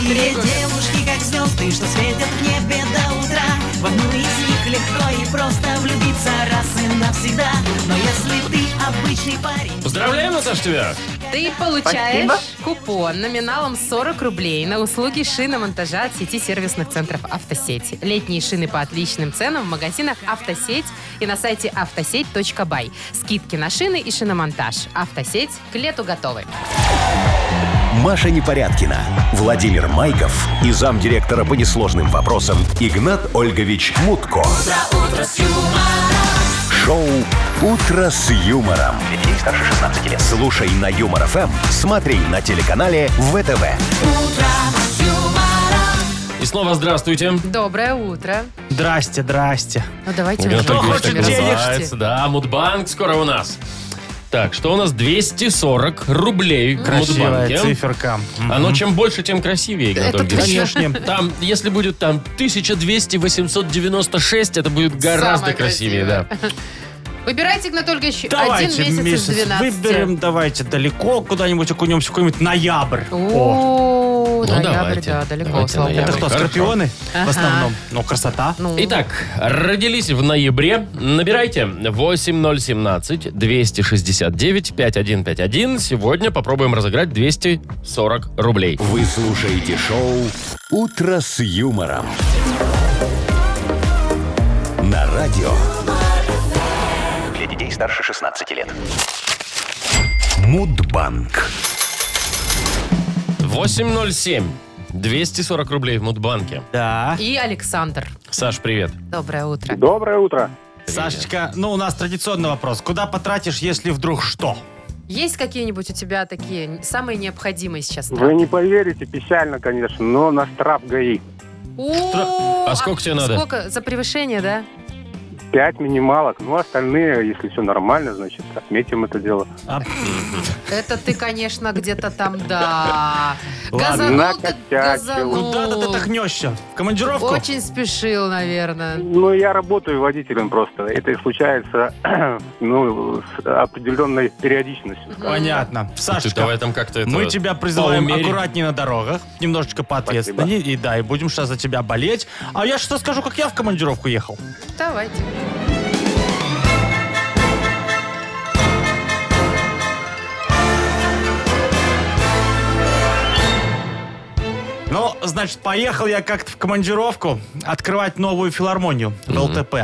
Speaker 9: Две А девушки, как звезды, что светят в небе до утра В одну из них легко и просто влюбиться раз и навсегда Но если ты обычный парень
Speaker 7: Поздравляем, Наташ, тебя!
Speaker 3: Ты получаешь купон номиналом 40 рублей на услуги шиномонтажа от сети сервисных центров «Автосеть». Летние шины по отличным ценам в магазинах «Автосеть» и на сайте автосеть.бай. Скидки на шины и шиномонтаж. «Автосеть» к лету готовы.
Speaker 4: Маша Непорядкина, Владимир Майков и замдиректора по несложным вопросам Игнат Ольгович Мутко. Шоу Утро с юмором.
Speaker 5: Для детей старше 16 лет.
Speaker 4: Слушай на Юмор ФМ, смотри на телеканале ВТВ.
Speaker 7: И снова здравствуйте.
Speaker 3: Доброе утро.
Speaker 2: Здрасте, здрасте.
Speaker 3: Ну, давайте
Speaker 7: Игнат
Speaker 3: уже.
Speaker 2: Кто
Speaker 7: Ольгович
Speaker 2: хочет
Speaker 7: так
Speaker 3: Владимир,
Speaker 2: денег?
Speaker 7: называется.
Speaker 3: расскажите.
Speaker 7: Да, Мудбанк скоро у нас. Так, что у нас? 240 рублей в
Speaker 2: Красивая
Speaker 7: Мудбанке.
Speaker 2: циферка.
Speaker 1: А ну,
Speaker 7: Оно чем больше, тем красивее, Игнат
Speaker 3: Это
Speaker 7: Ольгович.
Speaker 2: Конечно.
Speaker 7: Там, если будет там 1200-896, это будет гораздо
Speaker 3: Самое
Speaker 7: красивее,
Speaker 3: красивое.
Speaker 7: да.
Speaker 3: Выбирайте, Игнат Ольгович,
Speaker 2: Давайте
Speaker 3: один
Speaker 2: месяц
Speaker 3: месяц из 12.
Speaker 2: выберем, давайте далеко куда-нибудь окунемся, в какой-нибудь ноябрь. О.
Speaker 3: О,
Speaker 7: Ну,
Speaker 3: ноябрь,
Speaker 7: давайте.
Speaker 3: да, далеко,
Speaker 7: Давайте
Speaker 3: слава
Speaker 7: ноябрь.
Speaker 3: богу.
Speaker 2: Это кто,
Speaker 7: Хорошо.
Speaker 2: скорпионы?
Speaker 3: Ага.
Speaker 2: В основном. Ну, красота.
Speaker 3: Ну,
Speaker 7: Итак, родились в ноябре. Набирайте 8017-269-5151. Сегодня попробуем разыграть 240 рублей.
Speaker 4: Вы слушаете шоу Утро с юмором. На радио
Speaker 5: Для детей старше 16 лет.
Speaker 4: Мудбанк.
Speaker 7: 807. 240 рублей в Мудбанке.
Speaker 2: Да.
Speaker 3: И Александр.
Speaker 7: Саш, привет.
Speaker 3: Доброе утро.
Speaker 10: Доброе утро.
Speaker 2: Сашечка, ну у нас традиционный вопрос. Куда потратишь, если вдруг что?
Speaker 3: Есть какие-нибудь у тебя такие н- самые необходимые сейчас?
Speaker 10: Вы не поверите, печально, конечно, но на штраф ГАИ.
Speaker 3: О,
Speaker 7: А сколько тебе надо?
Speaker 3: Сколько? За превышение, да?
Speaker 10: Пять минималок, ну остальные, если все нормально, значит, отметим это дело.
Speaker 2: А
Speaker 3: Это ты, конечно, где-то там, да.
Speaker 2: Ладно,
Speaker 3: Газанул ты,
Speaker 10: накосячил.
Speaker 3: газанул.
Speaker 2: Куда-то ты тахнешься? В командировку?
Speaker 3: Очень спешил, наверное.
Speaker 10: Ну, я работаю водителем просто. Это случается, ну, с определенной периодичностью.
Speaker 2: Понятно.
Speaker 7: Ну, Ты
Speaker 2: Сашечка,
Speaker 7: давай там как-то это...
Speaker 2: мы тебя призываем
Speaker 7: поумерить.
Speaker 2: аккуратнее на дорогах, немножечко поответственнее, и да, и будем сейчас за тебя болеть. А я что скажу, как я в командировку ехал?
Speaker 3: Давайте.
Speaker 2: Ну, значит, поехал я как-то в командировку открывать новую филармонию в ЛТП.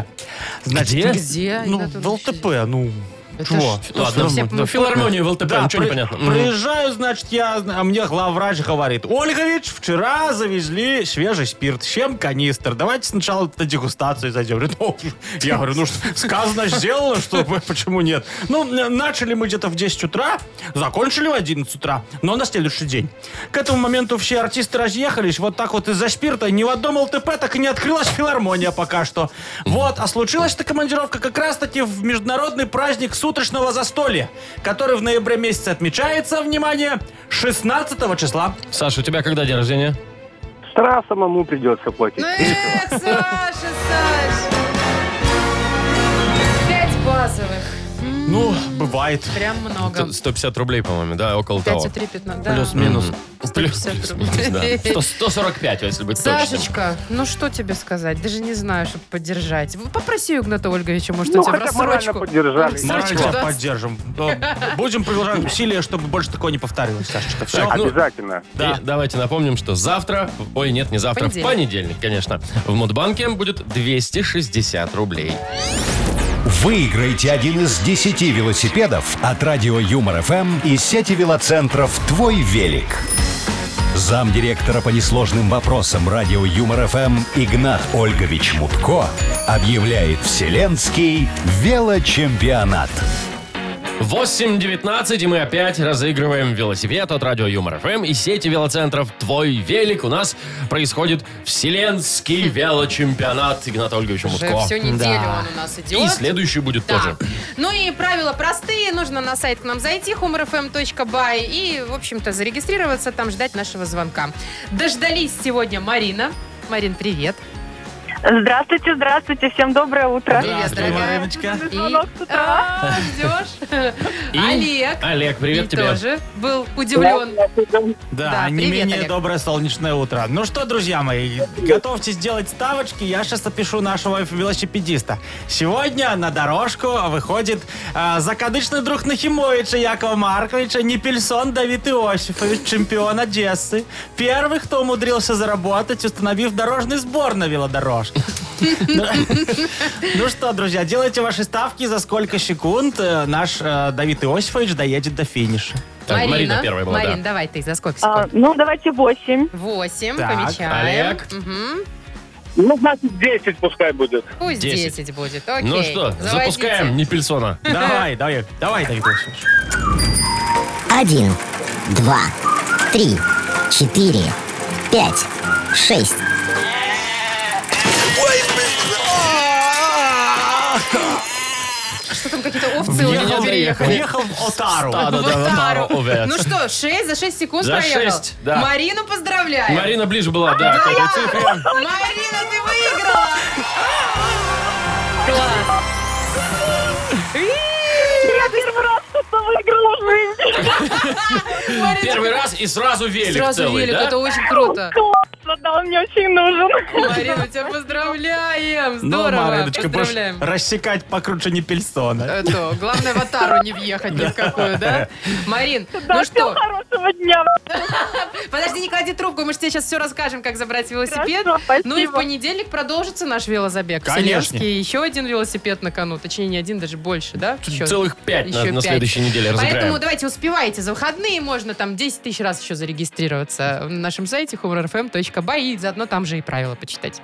Speaker 7: Где?
Speaker 3: Где,
Speaker 2: Ну,
Speaker 3: Игнат
Speaker 2: в
Speaker 3: Ольгович?
Speaker 2: ЛТП, ну...
Speaker 3: Это
Speaker 2: чего?
Speaker 3: ж-
Speaker 7: Ладно,
Speaker 3: Все
Speaker 7: ну, филармонию в ЛТП, ничего не
Speaker 2: при-
Speaker 7: понятно. Мгм.
Speaker 2: Приезжаю, значит, я, а мне главврач говорит, Ольгович, вчера завезли свежий спирт, с чем канистр, давайте сначала на дегустацию зайдем. Говорит, «Ну, я говорю, ну, что, сказано, сделано, что, вы, почему нет? Ну, н- начали мы где-то в 10 утра, закончили в 11 утра, но на следующий день. К этому моменту все артисты разъехались, вот так вот из-за спирта ни в одном ЛТП так и не открылась филармония пока что. Вот, а случилась эта командировка как раз-таки в международный праздник суточного застолья, который в ноябре месяце отмечается, внимание, 16 числа.
Speaker 7: Саш, у тебя когда день рождения?
Speaker 10: Штраф самому придется платить.
Speaker 3: Ну, эх, Саша, Саш. Пять базовых.
Speaker 2: Ну, Бывает.
Speaker 3: Прям много.
Speaker 7: 150 рублей, по-моему, да, около того.
Speaker 3: 5,3,15.
Speaker 2: Плюс-минус.
Speaker 7: Плюс,
Speaker 3: 150
Speaker 7: плюс,
Speaker 3: рублей.
Speaker 7: минус, да. Сто- 145, если быть точным.
Speaker 3: Сашечка, ну что тебе сказать? Даже не знаю, чтобы поддержать. Попроси у Игната Ольговича, может,
Speaker 10: Ну,
Speaker 3: у тебя в
Speaker 10: хотя бы морально
Speaker 3: рассрочку.
Speaker 10: поддержали.
Speaker 3: В рассрочку,
Speaker 2: Морально
Speaker 3: да?
Speaker 2: поддержим. Да. Будем приложить усилия, чтобы больше такого не повторилось, Сашечка. Все.
Speaker 7: Так, ну,
Speaker 10: Обязательно.
Speaker 7: И давайте напомним, что завтра, ой, нет, не завтра,
Speaker 3: Понедельник.
Speaker 7: в понедельник, конечно, в Мудбанке будет 260 рублей.
Speaker 4: Выиграйте один из 10 велосипедов от радио Юмор ФМ и сети велоцентров «Твой велик». Замдиректора по несложным вопросам радио Юмор ФМ Игнат Ольгович Мутко объявляет Вселенский велочемпионат.
Speaker 7: 8.19, и мы опять разыгрываем велосипед от радио Юмор ФМ и сети велоцентров «Твой велик». У нас происходит Вселенский велочемпионат Игната Ольговича
Speaker 3: Уже
Speaker 7: Мутко.
Speaker 3: всю неделю
Speaker 7: Да.
Speaker 3: он у нас идет.
Speaker 7: И следующий будет
Speaker 3: Да.
Speaker 7: тоже.
Speaker 3: Ну и правила простые. Нужно на сайт к нам зайти, humorfm.by, и, в общем-то, зарегистрироваться, там ждать нашего звонка. Дождались сегодня Марина. Марин, привет.
Speaker 6: Здравствуйте, здравствуйте, всем доброе утро.
Speaker 3: Привет,
Speaker 2: Здравствуй,
Speaker 3: дорогая.
Speaker 2: Мариночка.
Speaker 3: И-
Speaker 6: Звонок с утра.
Speaker 3: А, Ждешь?
Speaker 7: И
Speaker 3: Олег.
Speaker 7: Олег, привет
Speaker 3: И
Speaker 7: тебе.
Speaker 3: тоже был удивлен.
Speaker 2: Да,
Speaker 3: Да,
Speaker 2: не
Speaker 3: привет,
Speaker 2: менее
Speaker 3: Олег.
Speaker 2: доброе солнечное утро. Ну что, друзья мои, готовьтесь делать ставочки. Я сейчас опишу нашего велосипедиста. Сегодня на дорожку выходит э, закадычный друг Нахимовича Якова Марковича Непельсон Давид Иосифович, чемпион Одессы. Первый, кто умудрился заработать, установив дорожный сбор на велодорожке. Ну что, друзья, делайте ваши ставки, за сколько секунд э, наш э, Давид Иосифович доедет до финиша.
Speaker 7: Так, Марина, первая была,
Speaker 3: Марин,
Speaker 7: да.
Speaker 3: давай ты, за сколько
Speaker 6: А,
Speaker 3: секунд?
Speaker 6: ну, давайте 8.
Speaker 3: Восемь,
Speaker 2: Так,
Speaker 3: помечаем.
Speaker 7: Олег.
Speaker 3: Мгм.
Speaker 10: Ну, значит, 10 пускай будет.
Speaker 3: Пусть
Speaker 7: Десять.
Speaker 3: 10 будет, окей.
Speaker 7: Ну что,
Speaker 3: Заводите.
Speaker 7: запускаем Непельсона.
Speaker 2: Давай, давай, давай, Давид Иосифович.
Speaker 11: Один, два, три, четыре, пять, шесть.
Speaker 3: Что там, какие-то овцы у
Speaker 7: Въехал,
Speaker 3: него переехали?
Speaker 2: Въехал в Отару.
Speaker 7: Да, да, да,
Speaker 3: В
Speaker 7: пару
Speaker 3: тару.
Speaker 7: овец.
Speaker 3: Ну что, 6 за 6 секунд
Speaker 7: За
Speaker 3: проехал.
Speaker 7: шесть, да.
Speaker 3: Марину поздравляем.
Speaker 7: Марина ближе была, да,
Speaker 3: А,
Speaker 7: к этой цифре.
Speaker 3: Марина, ты выиграла! Класс.
Speaker 6: Я первый раз кто-то выиграл в жизни.
Speaker 3: Марина,
Speaker 7: Первый раз и сразу велик
Speaker 3: Сразу
Speaker 7: целый,
Speaker 3: велик,
Speaker 7: да?
Speaker 3: это очень круто.
Speaker 6: Классно, да, он мне очень нужен.
Speaker 3: Марина, тебя поздравляем.
Speaker 2: Ну,
Speaker 3: Здорово,
Speaker 2: Мариночка, будешь
Speaker 3: поздравляем.
Speaker 2: рассекать покруче не пельсона.
Speaker 3: Это, главное, в Атару не въехать ни в какую, да? Марин,
Speaker 6: Да,
Speaker 3: ну
Speaker 6: всем
Speaker 3: что,
Speaker 6: хорошего дня.
Speaker 3: подожди, не клади трубку, мы же тебе сейчас все расскажем, как забрать велосипед.
Speaker 6: Хорошо,
Speaker 3: Ну и в
Speaker 6: спасибо.
Speaker 3: понедельник продолжится наш велозабег.
Speaker 2: Конечно.
Speaker 3: Вселенский. Еще один велосипед на кону. Точнее, не один, даже больше, да? Еще-
Speaker 7: Целых пять на,
Speaker 3: еще
Speaker 7: на
Speaker 3: пять.
Speaker 7: следующей неделе
Speaker 3: Поэтому
Speaker 7: разыграем.
Speaker 3: давайте успевайте. За выходные можно там 10 тысяч раз еще зарегистрироваться на нашем сайте humorfm.by и заодно там же и правила почитать.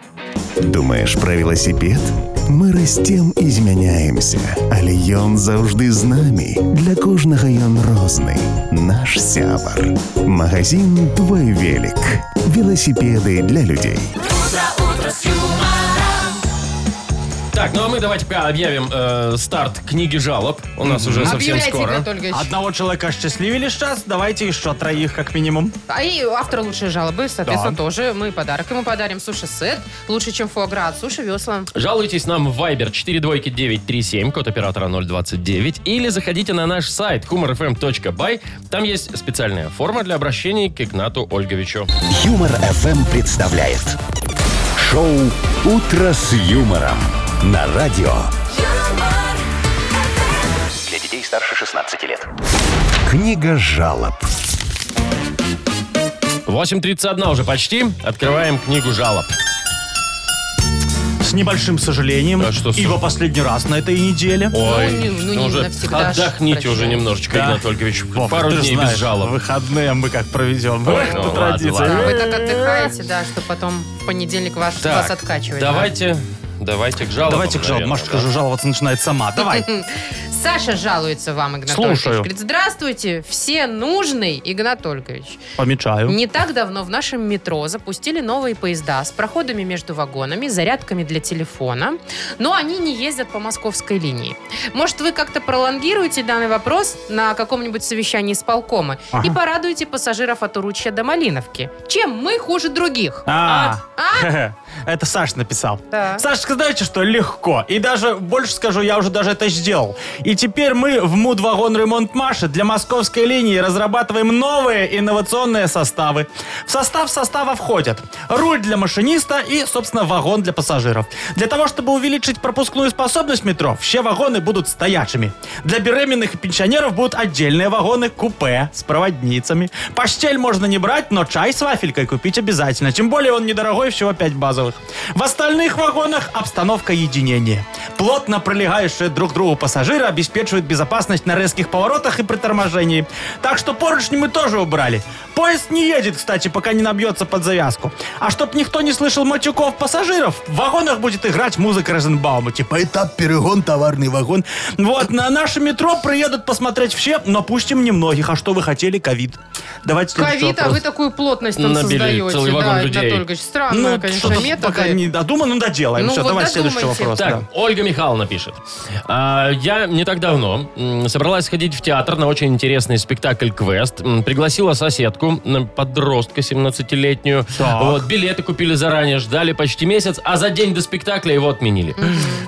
Speaker 12: Думаешь про велосипед? Мы растем А і змяняемся, але ён заўжды з намі. Для кожнага ён розны. Наш сябар. Магазин «Твой велик». Велосипеды для людей.
Speaker 7: Так, ну а мы давайте пока объявим э, старт книги жалоб. У нас уже совсем
Speaker 3: Объявляйте,
Speaker 7: скоро.
Speaker 3: Игнат Ольгович.
Speaker 2: Одного человека счастливили сейчас, давайте еще троих как минимум.
Speaker 3: А и автор лучшей жалобы, соответственно,
Speaker 2: Да.
Speaker 3: тоже мы подарок ему подарим. Суши-сет лучше, чем фуагра от суши-весла.
Speaker 7: Жалуйтесь нам в Viber 42937, код оператора 029, или заходите на наш сайт humorfm.by. Там есть специальная форма для обращений к Игнату Ольговичу.
Speaker 4: Юмор ФМ представляет шоу Утро с юмором на радио
Speaker 5: Для детей старше 16 лет.
Speaker 4: Книга жалоб.
Speaker 7: 8.31 уже почти. Открываем книгу жалоб.
Speaker 2: С небольшим сожалением.
Speaker 7: А что с-
Speaker 2: Его последний раз на этой неделе.
Speaker 7: Ой,
Speaker 3: не- ну не
Speaker 7: уже
Speaker 3: навсегда ж,
Speaker 7: отдохните
Speaker 3: прощай.
Speaker 7: уже немножечко,
Speaker 2: Да.
Speaker 7: Игнат Ольгович.
Speaker 2: Вов,
Speaker 7: Пару
Speaker 2: ты ж
Speaker 7: дней без
Speaker 2: знаешь,
Speaker 7: жалоб.
Speaker 2: Выходные мы как проведем.
Speaker 7: Ой, ну
Speaker 2: По
Speaker 7: ладно,
Speaker 3: Да,
Speaker 2: традиции.
Speaker 3: вы так отдыхаете, да, что потом в понедельник ваш, вас откачивает. да.
Speaker 7: давайте, давайте к жалобам.
Speaker 2: Давайте к жалобам.
Speaker 7: наверное,
Speaker 2: Машечка
Speaker 7: да.
Speaker 2: же жаловаться начинает сама. Давай.
Speaker 3: Саша жалуется вам, Игнат
Speaker 2: Слушаю.
Speaker 3: Ольгович. Говорит, здравствуйте, все нужный, Игнат Ольгович.
Speaker 2: Помечаю.
Speaker 3: Не так давно в нашем метро запустили новые поезда с проходами между вагонами, зарядками для телефона, но они не ездят по московской линии. Может, вы как-то пролонгируете данный вопрос на каком-нибудь совещании с полкома и
Speaker 2: Ага.
Speaker 3: порадуете пассажиров от Уручья до Малиновки? Чем мы хуже других?
Speaker 2: А.
Speaker 3: А?
Speaker 2: Это Саш написал.
Speaker 3: Да.
Speaker 2: Саш, знаете что, легко. И даже, больше скажу, я уже даже это сделал. И теперь мы в муд вагон ремонт Маши для московской линии разрабатываем новые инновационные составы. В состав состава входят руль для машиниста и, собственно, вагон для пассажиров. Для того, чтобы увеличить пропускную способность метро, все вагоны будут стоячими. Для беременных и пенсионеров будут отдельные вагоны купе с проводницами. Паштель можно не брать, но чай с вафелькой купить обязательно. Тем более он недорогой, всего 5 базовых. В остальных вагонах обстановка единения. Плотно пролегающие друг к другу пассажиры обеспечивают безопасность на резких поворотах и при торможении. Так что поручни мы тоже убрали. Поезд не едет, кстати, пока не набьется под завязку. А чтоб никто не слышал матюков пассажиров, в вагонах будет играть музыка Розенбаума. Типа этап перегон, товарный вагон. Вот, на наше метро приедут посмотреть все, но пустим немногих. А что вы хотели? Ковид. Давайте следующий
Speaker 3: Ковид, а вы
Speaker 2: вопрос.
Speaker 3: такую плотность там
Speaker 7: Набили
Speaker 3: создаете.
Speaker 7: целый вагон
Speaker 3: да,
Speaker 7: людей.
Speaker 3: Игнат Ольгович, странно,
Speaker 2: Ну,
Speaker 3: конечно,
Speaker 2: что-то пока
Speaker 3: методы.
Speaker 2: не додумано, но доделаем.
Speaker 3: Ну,
Speaker 2: Все,
Speaker 3: вот
Speaker 2: давай следующий
Speaker 3: додумайте.
Speaker 2: вопрос.
Speaker 7: Так,
Speaker 2: да.
Speaker 7: Ольга Михайловна пишет. А, я не так давно м, собралась сходить в театр на очень интересный спектакль «Квест». М, Пригласила соседку, м, подростка 17-летнюю.
Speaker 2: Так.
Speaker 7: Вот, билеты купили заранее, ждали почти месяц, а за день до спектакля его отменили.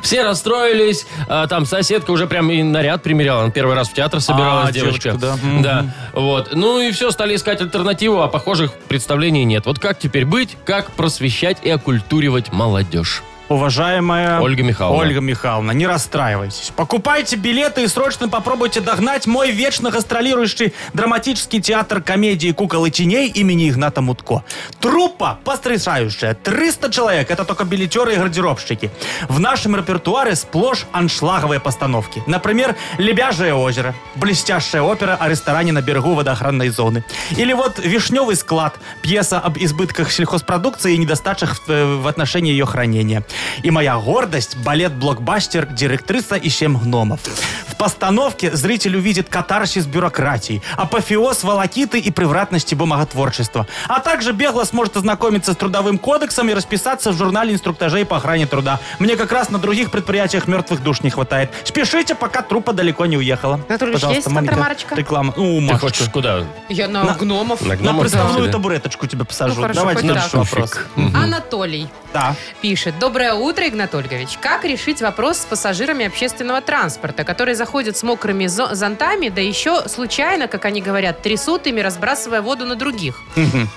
Speaker 7: Все расстроились. а, там соседка уже прям и наряд примеряла. Она первый раз в театр собиралась
Speaker 2: А,
Speaker 7: девочка.
Speaker 2: девочка, да. Мгм.
Speaker 7: Да. Вот. Ну и все, стали искать альтернативу, а похожих представлений нет. Вот как теперь быть, как просвещать и оккультуривать молодежь?
Speaker 2: Уважаемая
Speaker 7: Ольга Михайловна.
Speaker 2: А. Ольга Михайловна, не расстраивайтесь. Покупайте билеты и срочно попробуйте догнать мой вечно гастролирующий драматический театр комедии «Кукол и теней» имени Игната Мутко. Труппа потрясающая. 300 человек. Это только билетеры и гардеробщики. В нашем репертуаре сплошь аншлаговые постановки. Например, «Лебяжье озеро», блестящая опера о ресторане на берегу водоохранной зоны. Или вот «Вишневый склад», пьеса об избытках сельхозпродукции и недостачах в, э, в отношении ее хранения. И моя гордость – балет-блокбастер «Директриса и семь гномов». В постановке зритель увидит катарсис бюрократии, апофеоз волокиты и превратности бумаготворчества. А также бегло сможет ознакомиться с трудовым кодексом и расписаться в журнале инструктажей по охране труда. Мне как раз на других предприятиях мертвых душ не хватает. Спешите, пока трупа далеко не уехала.
Speaker 3: Анатолий Ильич, есть
Speaker 2: маленькая
Speaker 3: контрамарочка?
Speaker 2: Реклама. Ну,
Speaker 7: Ты
Speaker 2: Машечка,
Speaker 7: хочешь куда?
Speaker 3: Я на, гномов.
Speaker 7: на
Speaker 2: на
Speaker 7: гномов
Speaker 2: приставную
Speaker 7: да.
Speaker 2: табуреточку тебя посажу.
Speaker 3: Ну, хорошо,
Speaker 2: Давайте
Speaker 3: хоть
Speaker 2: дальше
Speaker 3: так.
Speaker 2: вопрос.
Speaker 3: Анатолий
Speaker 2: Да.
Speaker 3: пишет. Доброе утро, Игнат Ольгович. Как решить вопрос с пассажирами общественного транспорта, которые заходят с мокрыми зо- зонтами, да еще случайно, как они говорят, трясут ими, разбрасывая воду на других?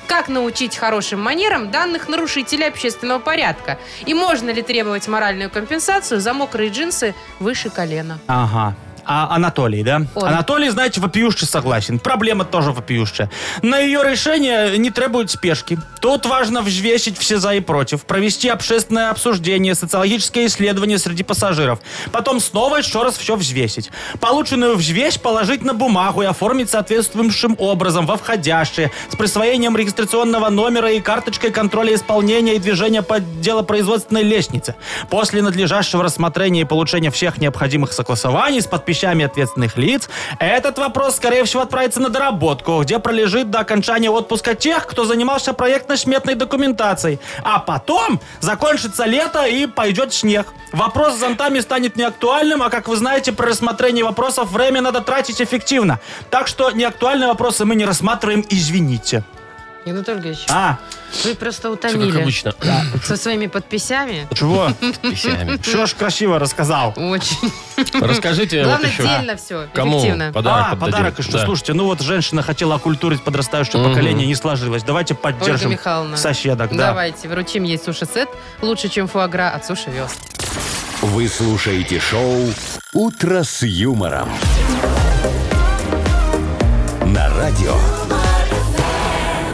Speaker 3: Как научить хорошим манерам данных нарушителей общественного порядка? И можно ли требовать моральную компенсацию за мокрые джинсы выше колена?
Speaker 2: Ага. А Анатолий, да?
Speaker 3: Он.
Speaker 2: Анатолий, знаете, вопиюще согласен. Проблема тоже вопиющая. На ее решение не требует спешки. Тут важно взвесить все за и против, провести общественное обсуждение, социологическое исследование среди пассажиров. Потом снова еще раз все взвесить. Полученную взвесь положить на бумагу и оформить соответствующим образом во входящие с присвоением регистрационного номера и карточкой контроля исполнения и движения по делопроизводственной лестнице. После надлежащего рассмотрения и получения всех необходимых согласований с подписями ответственных лиц, этот вопрос, скорее всего, отправится на доработку, где пролежит до окончания отпуска тех, кто занимался проектно-сметной документацией. А потом закончится лето и пойдет снег. Вопрос с зонтами станет неактуальным, а как вы знаете, при рассмотрении вопросов время надо тратить эффективно. Так что неактуальные вопросы мы не рассматриваем, извините.
Speaker 3: Игнат Ольгович,
Speaker 2: А,
Speaker 3: вы просто
Speaker 7: Всё как
Speaker 3: утомили
Speaker 7: обычно.
Speaker 3: со своими подписями.
Speaker 2: чего?
Speaker 7: Писями.
Speaker 2: Все ж красиво рассказал.
Speaker 3: Очень.
Speaker 7: Расскажите вот
Speaker 3: Главное,
Speaker 7: еще.
Speaker 3: дельно все,
Speaker 7: Кому
Speaker 3: эффективно.
Speaker 7: подарок
Speaker 2: а,
Speaker 7: отдадим?
Speaker 2: подарок еще.
Speaker 7: Да.
Speaker 2: Слушайте, ну вот женщина хотела оккультурить подрастающее
Speaker 7: Мгм.
Speaker 2: поколение, не сложилось. Давайте
Speaker 3: Ольга
Speaker 2: поддержим
Speaker 3: Михайловна.
Speaker 2: соседок. Да.
Speaker 3: Давайте, вручим ей суши-сет. Лучше, чем фуагра от суши вез.
Speaker 4: Вы слушаете шоу «Утро с юмором». На радио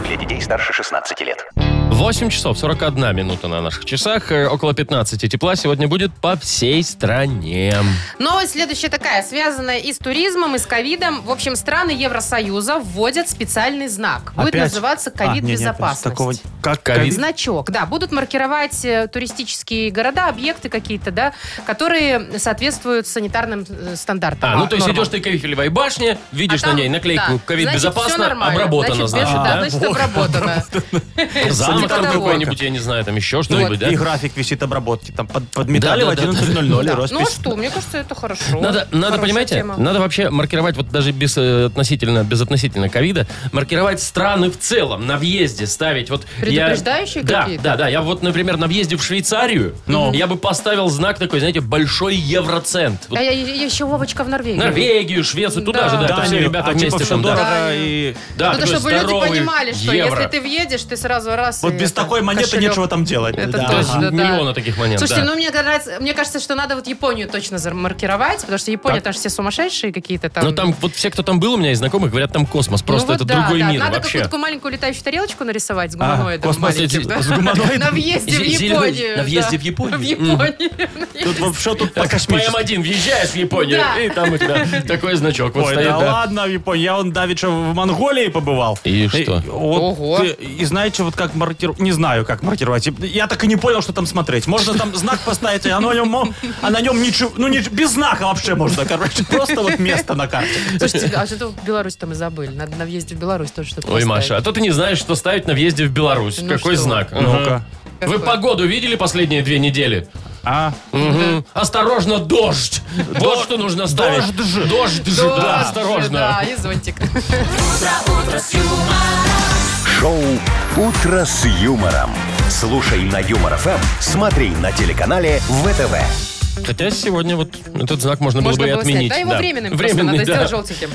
Speaker 5: Для детей старше 16 лет.
Speaker 7: 8 часов 41 минута на наших часах. Э, Около 15 тепла сегодня будет по всей стране.
Speaker 3: Новость следующая такая, связанная и с туризмом, и с ковидом. В общем, страны Евросоюза вводят специальный знак. Будет
Speaker 2: Опять?
Speaker 3: называться
Speaker 2: А, не, не,
Speaker 3: ковид-безопасность.
Speaker 2: такого- Как
Speaker 7: Ковид.
Speaker 2: ковид?
Speaker 3: Значок, да, будут маркировать э, туристические города, объекты какие-то, да, которые соответствуют санитарным э, стандартам.
Speaker 7: А, ну то есть
Speaker 3: Нормам.
Speaker 7: идешь ты к Эйфелевой башне, видишь
Speaker 3: А
Speaker 7: на
Speaker 3: там,
Speaker 7: ней наклейку
Speaker 3: да.
Speaker 7: «Ковид
Speaker 3: Значит, всё
Speaker 7: безопасно»,
Speaker 3: нормально.
Speaker 7: обработано,
Speaker 3: Значит, без-
Speaker 7: значит,
Speaker 3: да,
Speaker 7: да?
Speaker 3: значит, обработано.
Speaker 7: Замок
Speaker 3: Типа
Speaker 7: там
Speaker 3: того.
Speaker 7: какой-нибудь, я не знаю, там еще что-нибудь,
Speaker 2: Вот,
Speaker 7: да?
Speaker 2: Ну, И график висит обработки. Там под, подметали
Speaker 7: Да, да, да,
Speaker 2: в
Speaker 7: да.
Speaker 2: 11.00
Speaker 3: Да.
Speaker 2: роспись.
Speaker 3: Ну а что, мне кажется, это хорошо.
Speaker 7: Надо, надо
Speaker 3: Хорошая
Speaker 7: понимаете,
Speaker 3: тема.
Speaker 7: надо вообще маркировать, вот даже без э, относительно, без относительно ковида, маркировать страны в целом на въезде, ставить. Вот Я-
Speaker 3: Предупреждающие
Speaker 7: да,
Speaker 3: какие-то?
Speaker 7: Да, да, я вот, например, на въезде в Швейцарию,
Speaker 2: Ну.
Speaker 7: я бы поставил знак такой, знаете, большой евроцент. Вот
Speaker 3: А я я еще Вовочка в Норвегии.
Speaker 7: Норвегию, Швецию, туда
Speaker 3: Да.
Speaker 7: же, да, это все
Speaker 2: Данию.
Speaker 7: ребята
Speaker 2: А типа
Speaker 7: вместе
Speaker 2: всё
Speaker 7: там, да.
Speaker 2: дорого
Speaker 7: Да.
Speaker 2: и-
Speaker 7: Да,
Speaker 3: Ну, то,
Speaker 7: такой
Speaker 3: чтобы люди
Speaker 7: здоровый
Speaker 3: понимали, что
Speaker 7: евро.
Speaker 3: если ты въедешь, ты сразу раз...
Speaker 2: Вот
Speaker 3: и
Speaker 2: без
Speaker 3: это,
Speaker 2: такой монеты
Speaker 3: кошелек.
Speaker 2: нечего там делать.
Speaker 3: Это
Speaker 2: Да.
Speaker 7: То есть
Speaker 3: точно, да.
Speaker 7: миллиона таких монет,
Speaker 3: Слушайте,
Speaker 7: да.
Speaker 3: ну мне нравится, мне кажется, что надо вот Японию точно замаркировать, потому что Япония, там же все сумасшедшие какие-то там.
Speaker 7: Но Ну, там вот все, кто там был у меня из знакомых, говорят, там космос.
Speaker 3: Ну
Speaker 7: Просто
Speaker 3: вот
Speaker 7: это
Speaker 3: да,
Speaker 7: другой
Speaker 3: да.
Speaker 7: мир
Speaker 3: Надо
Speaker 7: вообще.
Speaker 3: какую-то такую маленькую летающую тарелочку нарисовать с
Speaker 2: А,
Speaker 3: гуманоидом.
Speaker 7: космос
Speaker 3: маленьким,
Speaker 7: эти-
Speaker 3: да.
Speaker 7: с гуманоидом?
Speaker 3: На въезде в
Speaker 7: Зе- зеленый-
Speaker 3: Японию.
Speaker 7: на въезде
Speaker 3: да.
Speaker 7: в Японию?
Speaker 3: В
Speaker 7: Мгм.
Speaker 3: Японию.
Speaker 2: Тут вообще тут по космически.
Speaker 7: ПМ-1, въезжаешь в Японию,
Speaker 3: Да.
Speaker 7: и там у тебя такой значок вот
Speaker 2: Ой,
Speaker 7: стоит.
Speaker 2: да,
Speaker 7: да.
Speaker 2: ладно, в Японии. Я он давеча в Монголии побывал.
Speaker 7: И что?
Speaker 2: вот
Speaker 3: Ого.
Speaker 2: ты- и знаете, вот как маркировать... Не знаю, как маркировать. Я так и не понял, что там смотреть. Можно там знак поставить, а на нем, мо- а на нем ничего... Ну, нич- без знака вообще можно, короче. Просто вот место на карте.
Speaker 3: Слушайте, а что-то Беларусь там и забыли. Надо на въезде в Беларусь тоже что-то
Speaker 7: Ой,
Speaker 3: поставить.
Speaker 7: Маша, а то ты не знаешь, что ставить на въезде в Беларусь.
Speaker 3: Ну
Speaker 7: Какой
Speaker 3: что?
Speaker 7: знак?
Speaker 2: Ну-ка.
Speaker 7: Вы погоду видели последние две недели?
Speaker 2: А?
Speaker 7: Мгм. Осторожно, дождь! Вот что нужно ставить.
Speaker 2: Дождь же.
Speaker 7: Дождь же,
Speaker 3: Тоже,
Speaker 7: да, осторожно.
Speaker 3: Да, и зонтик.
Speaker 4: Шоу «Утро с юмором». Слушай на Юмор ФМ, смотри на телеканале ВТВ.
Speaker 7: Хотя сегодня вот этот знак можно,
Speaker 3: Можно
Speaker 7: было бы и
Speaker 3: было снять.
Speaker 7: отменить.
Speaker 3: Да, его временным просто
Speaker 7: Временный,
Speaker 3: надо
Speaker 7: да.
Speaker 3: сделать желтеньким.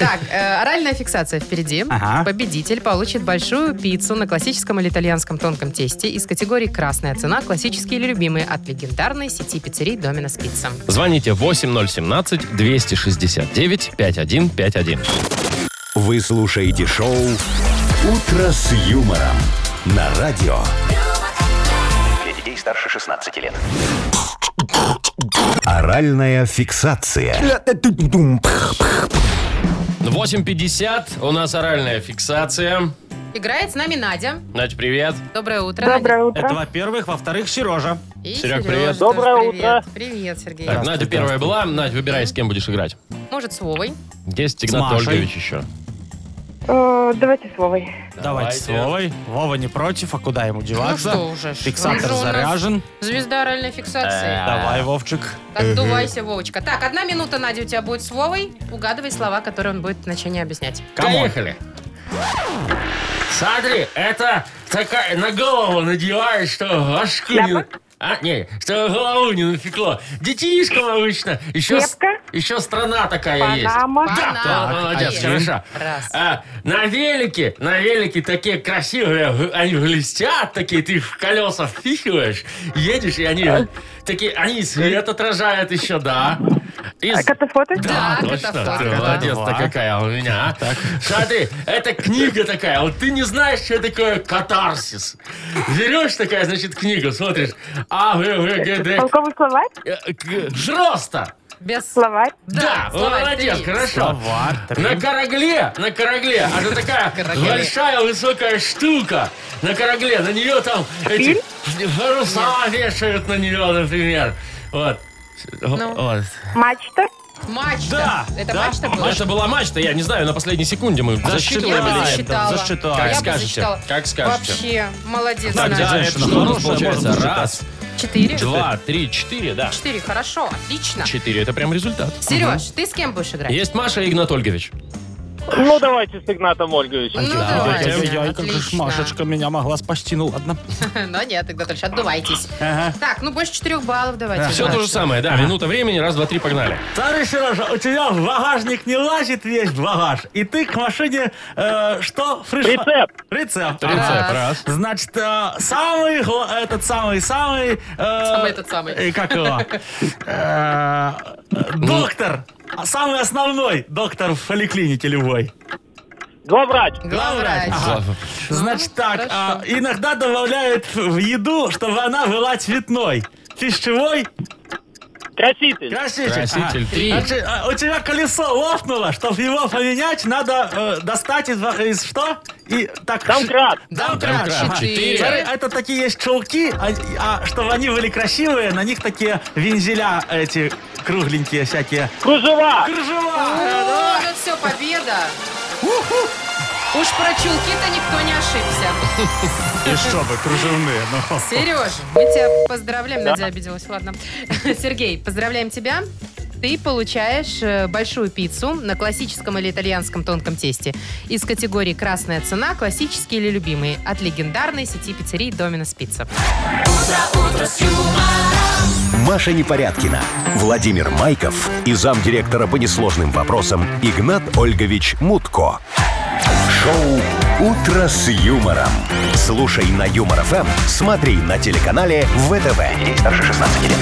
Speaker 3: Так, э, оральная фиксация впереди.
Speaker 2: Ага.
Speaker 3: Победитель получит большую пиццу на классическом или итальянском тонком тесте из категории «Красная цена. Классические или любимые» от легендарной сети пиццерий «Домина с пицца».
Speaker 7: Звоните 8017-269-5151.
Speaker 4: Вы слушаете шоу «Утро с юмором» на радио.
Speaker 5: Для детей старше 16 лет.
Speaker 4: Оральная фиксация.
Speaker 7: 8.50, у нас оральная фиксация.
Speaker 3: Играет с нами Надя.
Speaker 7: Надя, привет.
Speaker 3: Доброе утро,
Speaker 6: Доброе
Speaker 2: Это
Speaker 6: утро.
Speaker 2: во-первых. Во-вторых, Сережа.
Speaker 3: Надя. И
Speaker 7: Серег,
Speaker 3: Серёж тоже
Speaker 7: привет.
Speaker 6: Доброе
Speaker 3: привет.
Speaker 6: утро.
Speaker 3: Привет, Сергей.
Speaker 7: Так, Надя
Speaker 2: Здравствуй,
Speaker 7: первая была. Надь, выбирай, с кем будешь играть.
Speaker 3: Может, с Вовой?
Speaker 7: Есть Игнат
Speaker 2: Машей.
Speaker 7: Ольгович еще.
Speaker 6: Э, Давайте словой.
Speaker 2: Давайте с
Speaker 7: Давайте.
Speaker 2: Вовой. Вова не против, а куда ему
Speaker 3: Ну
Speaker 2: деваться?
Speaker 3: что уже. ж, он же
Speaker 2: Фиксатор
Speaker 3: у нас
Speaker 2: заряжен.
Speaker 3: Звезда оральной фиксации.
Speaker 2: Давай, Вовчик. Э,
Speaker 3: Отдувайся, Вовочка. Так, одна минута, Надя, у тебя будет с Вовой. Угадывай слова, которые он будет в начале объяснять.
Speaker 2: Камон.
Speaker 7: Поехали. Смотри, это такая на голову надеваешь, что ошку не... А, не, что голову не напекло. Детишкам обычно. Еще, с-
Speaker 6: Кепка?
Speaker 7: еще страна такая
Speaker 6: Панама.
Speaker 7: есть. Да,
Speaker 3: Панама.
Speaker 7: да, молодец,
Speaker 3: Один.
Speaker 7: хорошо.
Speaker 3: Раз.
Speaker 7: А, на велике, на велике такие красивые, г- они блестят, такие ты их в колеса впихиваешь, едешь, и они такие, они и свет отражают еще, да. И с-
Speaker 6: Катафоты?
Speaker 7: да,
Speaker 3: Так,
Speaker 7: точно.
Speaker 3: это факт,
Speaker 7: Ты
Speaker 3: да.
Speaker 7: молодец-то
Speaker 2: Два.
Speaker 7: какая у меня. а. Смотри, это книга такая. Вот ты не знаешь, что такое катарсис. Берешь такая, значит, книга, смотришь. А, Г, Г, Г, Д.
Speaker 6: Полковый словарь?
Speaker 7: Э, к- Жроста.
Speaker 3: Без слов.
Speaker 6: Словарь.
Speaker 7: Да,
Speaker 3: словарь,
Speaker 7: молодец,
Speaker 3: три.
Speaker 7: хорошо. На корагле, на корагле. А Это такая
Speaker 3: Корагле.
Speaker 7: большая высокая штука на корагле. На нее там эти паруса вешают на нее, например. Вот.
Speaker 3: Ну.
Speaker 7: Вот.
Speaker 6: Мачта.
Speaker 3: Мачта.
Speaker 2: Да,
Speaker 3: Это
Speaker 2: да.
Speaker 3: мачта была?
Speaker 7: А Это была матч-то, я не знаю, на последней секунде мы
Speaker 3: Я бы
Speaker 7: засчитываем.
Speaker 2: Засчитываем.
Speaker 7: или нет?
Speaker 3: засчитала.
Speaker 2: да, засчитала.
Speaker 3: Я
Speaker 7: Как
Speaker 3: бы
Speaker 7: скажете.
Speaker 3: засчитала.
Speaker 7: Как скажете.
Speaker 3: Вообще, молодец,
Speaker 7: Так,
Speaker 3: Надя.
Speaker 7: да, это
Speaker 2: Женщина
Speaker 7: что у нас
Speaker 2: хорошая,
Speaker 7: получается?
Speaker 2: можно
Speaker 7: Раз,
Speaker 3: Четыре.
Speaker 7: два, три, четыре, да.
Speaker 3: Четыре, хорошо, отлично.
Speaker 7: Четыре, это прям результат.
Speaker 3: Сереж, ты с кем будешь играть?
Speaker 7: Есть Маша и Игнат Ольгович.
Speaker 13: Ну, давайте с Игнатом Ольговичем.
Speaker 3: Ну, давайте.
Speaker 2: Ой-ой-ой, как же ж
Speaker 3: отлично.
Speaker 2: Машечка меня могла спасти. Ну, ладно.
Speaker 3: Но нет, тогда только отдувайтесь.
Speaker 2: Ага.
Speaker 3: Так, ну больше четырех баллов давайте.
Speaker 7: Все то же самое, да. Минута времени, раз, два, три, погнали.
Speaker 2: Товарищ Сережа, у тебя в багажник не лазит весь багаж, и ты к машине э, что? Фриш...
Speaker 13: Прицеп.
Speaker 2: Рецепт.
Speaker 7: Рецепт, раз.
Speaker 2: Значит, э, самый, гла- этот самый, самый... э,
Speaker 3: Самый этот самый.
Speaker 2: э, как его? Э,
Speaker 7: Ну.
Speaker 2: доктор. А Самый основной доктор в поликлинике любой.
Speaker 13: Главврач.
Speaker 3: Главврач.
Speaker 2: Ага. Значит так,
Speaker 3: Ну, хорошо.
Speaker 2: а, иногда добавляют в еду, чтобы она была цветной. Пищевой
Speaker 13: Краситель.
Speaker 2: краситель.
Speaker 7: Краситель,
Speaker 2: Ага.
Speaker 7: три.
Speaker 2: Значит, а, у тебя колесо лопнуло, чтобы его поменять, надо э, достать из, из что? И так... ши-
Speaker 13: Домкрат.
Speaker 7: Домкрат.
Speaker 2: Домкрат. Ага.
Speaker 3: Четыре.
Speaker 2: Смотри, Это такие есть чулки, а, а чтобы они были красивые, на них такие вензеля эти кругленькие всякие.
Speaker 13: Кружева.
Speaker 2: Кружева!
Speaker 3: О, ну все, победа. Уж про чулки-то никто не ошибся.
Speaker 2: И что бы, кружевные. ну.
Speaker 3: Сереж, мы тебя поздравляем. Надя обиделась, ладно. Сергей, поздравляем тебя. ты получаешь э, большую пиццу на классическом или итальянском тонком тесте из категории «Красная цена», «Классические или любимые» от легендарной сети пиццерий «Доминос Пицца».
Speaker 4: Маша Непорядкина, Владимир Майков и замдиректора по несложным вопросам Игнат Ольгович Мутко. Шоу «Утро с юмором». Слушай на Юмор ФМ, смотри на телеканале ВТВ. Ей старше 16 лет.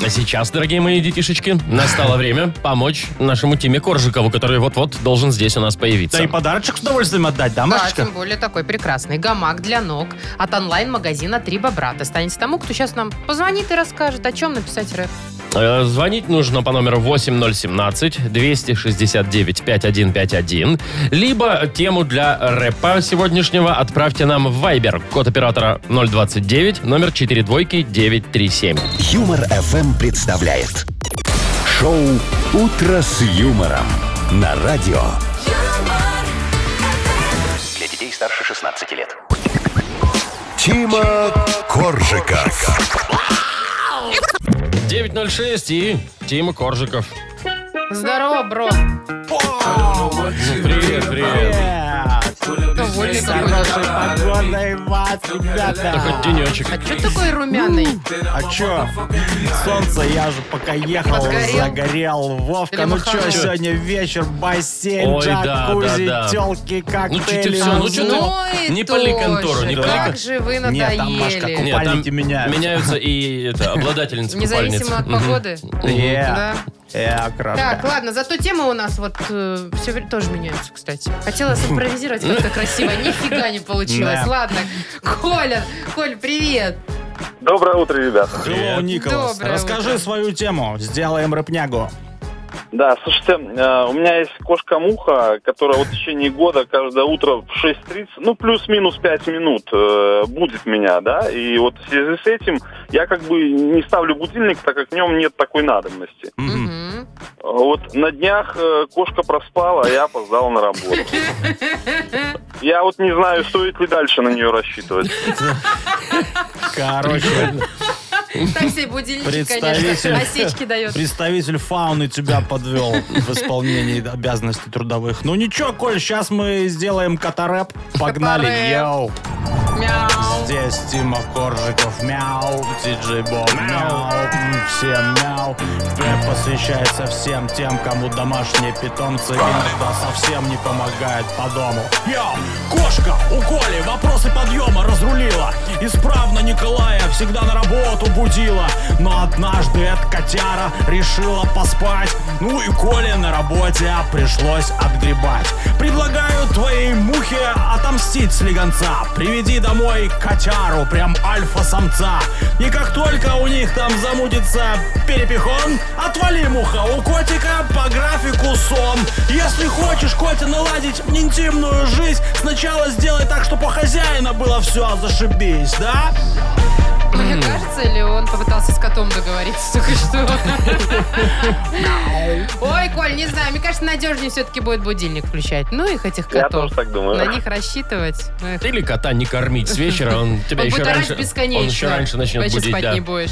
Speaker 1: А сейчас, дорогие мои детишечки, настало время помочь нашему Тиме Коржикову, который вот-вот должен здесь у нас появиться.
Speaker 2: Да и подарочек с удовольствием отдать, да,
Speaker 3: Да,
Speaker 2: Машечка?
Speaker 3: тем более такой прекрасный гамак для ног от онлайн-магазина «Три бобра». Достанется тому, кто сейчас нам позвонит и расскажет, о чем написать рэп.
Speaker 1: Э, Звонить нужно по номеру 8017-269-5151, либо тему для рэпа сегодняшнего отправьте нам в Viber, код оператора 029, номер 4 двойки 937.
Speaker 4: Юмор ФМ представляет. Шоу «Утро с юмором» на радио.
Speaker 5: Для детей старше 16 лет.
Speaker 4: Тима Коржика.
Speaker 1: 906 и Тима Коржиков.
Speaker 3: Здорово, бро.
Speaker 1: Привет, привет.
Speaker 3: Довольно такой.
Speaker 2: Погодный мат, ребята.
Speaker 1: Такой денечек.
Speaker 3: А что такой румяный?
Speaker 1: Ну,
Speaker 2: А чё? Солнце, я же пока ехал,
Speaker 3: Подгорел?
Speaker 2: загорел. Вовка,
Speaker 3: Или
Speaker 2: ну
Speaker 3: маханул?
Speaker 2: чё, сегодня вечер, бассейн,
Speaker 1: Ой, да,
Speaker 2: джакузи,
Speaker 1: да, да.
Speaker 2: тёлки,
Speaker 1: Ну чё ты
Speaker 2: коктейли.
Speaker 1: все, ну чё ты?
Speaker 3: Ну и
Speaker 1: Не пали контору, не
Speaker 3: точно.
Speaker 1: пали
Speaker 3: Как
Speaker 1: кон-
Speaker 3: же вы
Speaker 2: Нет, там Машка
Speaker 3: надоели.
Speaker 1: Нет, там
Speaker 2: купальники меняются.
Speaker 1: меняются и это, обладательницы
Speaker 3: Независимо
Speaker 1: купальниц.
Speaker 3: от
Speaker 1: Мгм.
Speaker 3: погоды.
Speaker 2: Э,
Speaker 3: Да.
Speaker 2: э,
Speaker 3: Так,
Speaker 2: красота.
Speaker 3: ладно, зато темы у нас вот все тоже меняются, кстати. Хотела симпровизировать как-то красиво, нифига не получилось.
Speaker 2: Да.
Speaker 3: Ладно, Коля, Коль, привет.
Speaker 7: Доброе утро, ребята.
Speaker 2: Hello, Николас,
Speaker 3: Доброе
Speaker 2: расскажи
Speaker 3: утро.
Speaker 2: свою тему, сделаем рыпнягу.
Speaker 7: Да, слушайте, э, у меня есть кошка-муха, которая вот в течение года каждое утро в 6.30, ну, плюс-минус 5 минут э, будет меня, да, и вот в связи с этим я как бы не ставлю будильник, так как в нем нет такой надобности.
Speaker 2: Мгм.
Speaker 3: Мгм.
Speaker 7: Вот на днях э, кошка проспала, а я опоздал на работу. Я вот не знаю, стоит ли дальше на нее рассчитывать.
Speaker 2: Короче,
Speaker 3: Так себе будильничек,
Speaker 2: Представитель.
Speaker 3: конечно, осечки дает.
Speaker 2: представитель фауны тебя подвел в исполнении обязанностей трудовых. Ну ничего, Коль, сейчас мы сделаем катарэп. Погнали,
Speaker 3: Катарэп.
Speaker 2: йоу.
Speaker 3: Мяу.
Speaker 2: Здесь Тима Коржиков, мяу, диджей Боб, мяу, м, всем мяу. Рэп посвящается всем тем, кому домашние питомцы иногда совсем не помогают по дому. Йоу, кошка у Коли вопросы подъема разрулила. Исправно Николая всегда на работу будила. Но однажды эта котяра решила поспать. Ну и Коле на работе пришлось отгребать. Предлагаю твоей мухе отомстить слегонца. Приведи домой котяру, прям альфа-самца. И как только у них там замутится перепихон, отвали, муха, у котика по графику сон. Если хочешь, Коте, наладить интимную жизнь, сначала сделай так, чтобы у хозяина было все, зашибись, да?
Speaker 3: Мне кажется, или он попытался с котом договориться только что? Ой, Коль, не знаю, мне кажется, надежнее все-таки будет будильник включать. Ну их этих
Speaker 7: Я
Speaker 3: котов.
Speaker 7: тоже так
Speaker 3: На
Speaker 7: думаю.
Speaker 3: них рассчитывать. ну, их
Speaker 1: Или кота не кормить с вечера, он тебя
Speaker 3: Он
Speaker 1: еще
Speaker 3: будет орать
Speaker 1: раньше...
Speaker 3: бесконечно.
Speaker 1: Он еще раньше начнет
Speaker 3: Вообще
Speaker 1: будить,
Speaker 3: спать
Speaker 1: да.
Speaker 3: не будешь.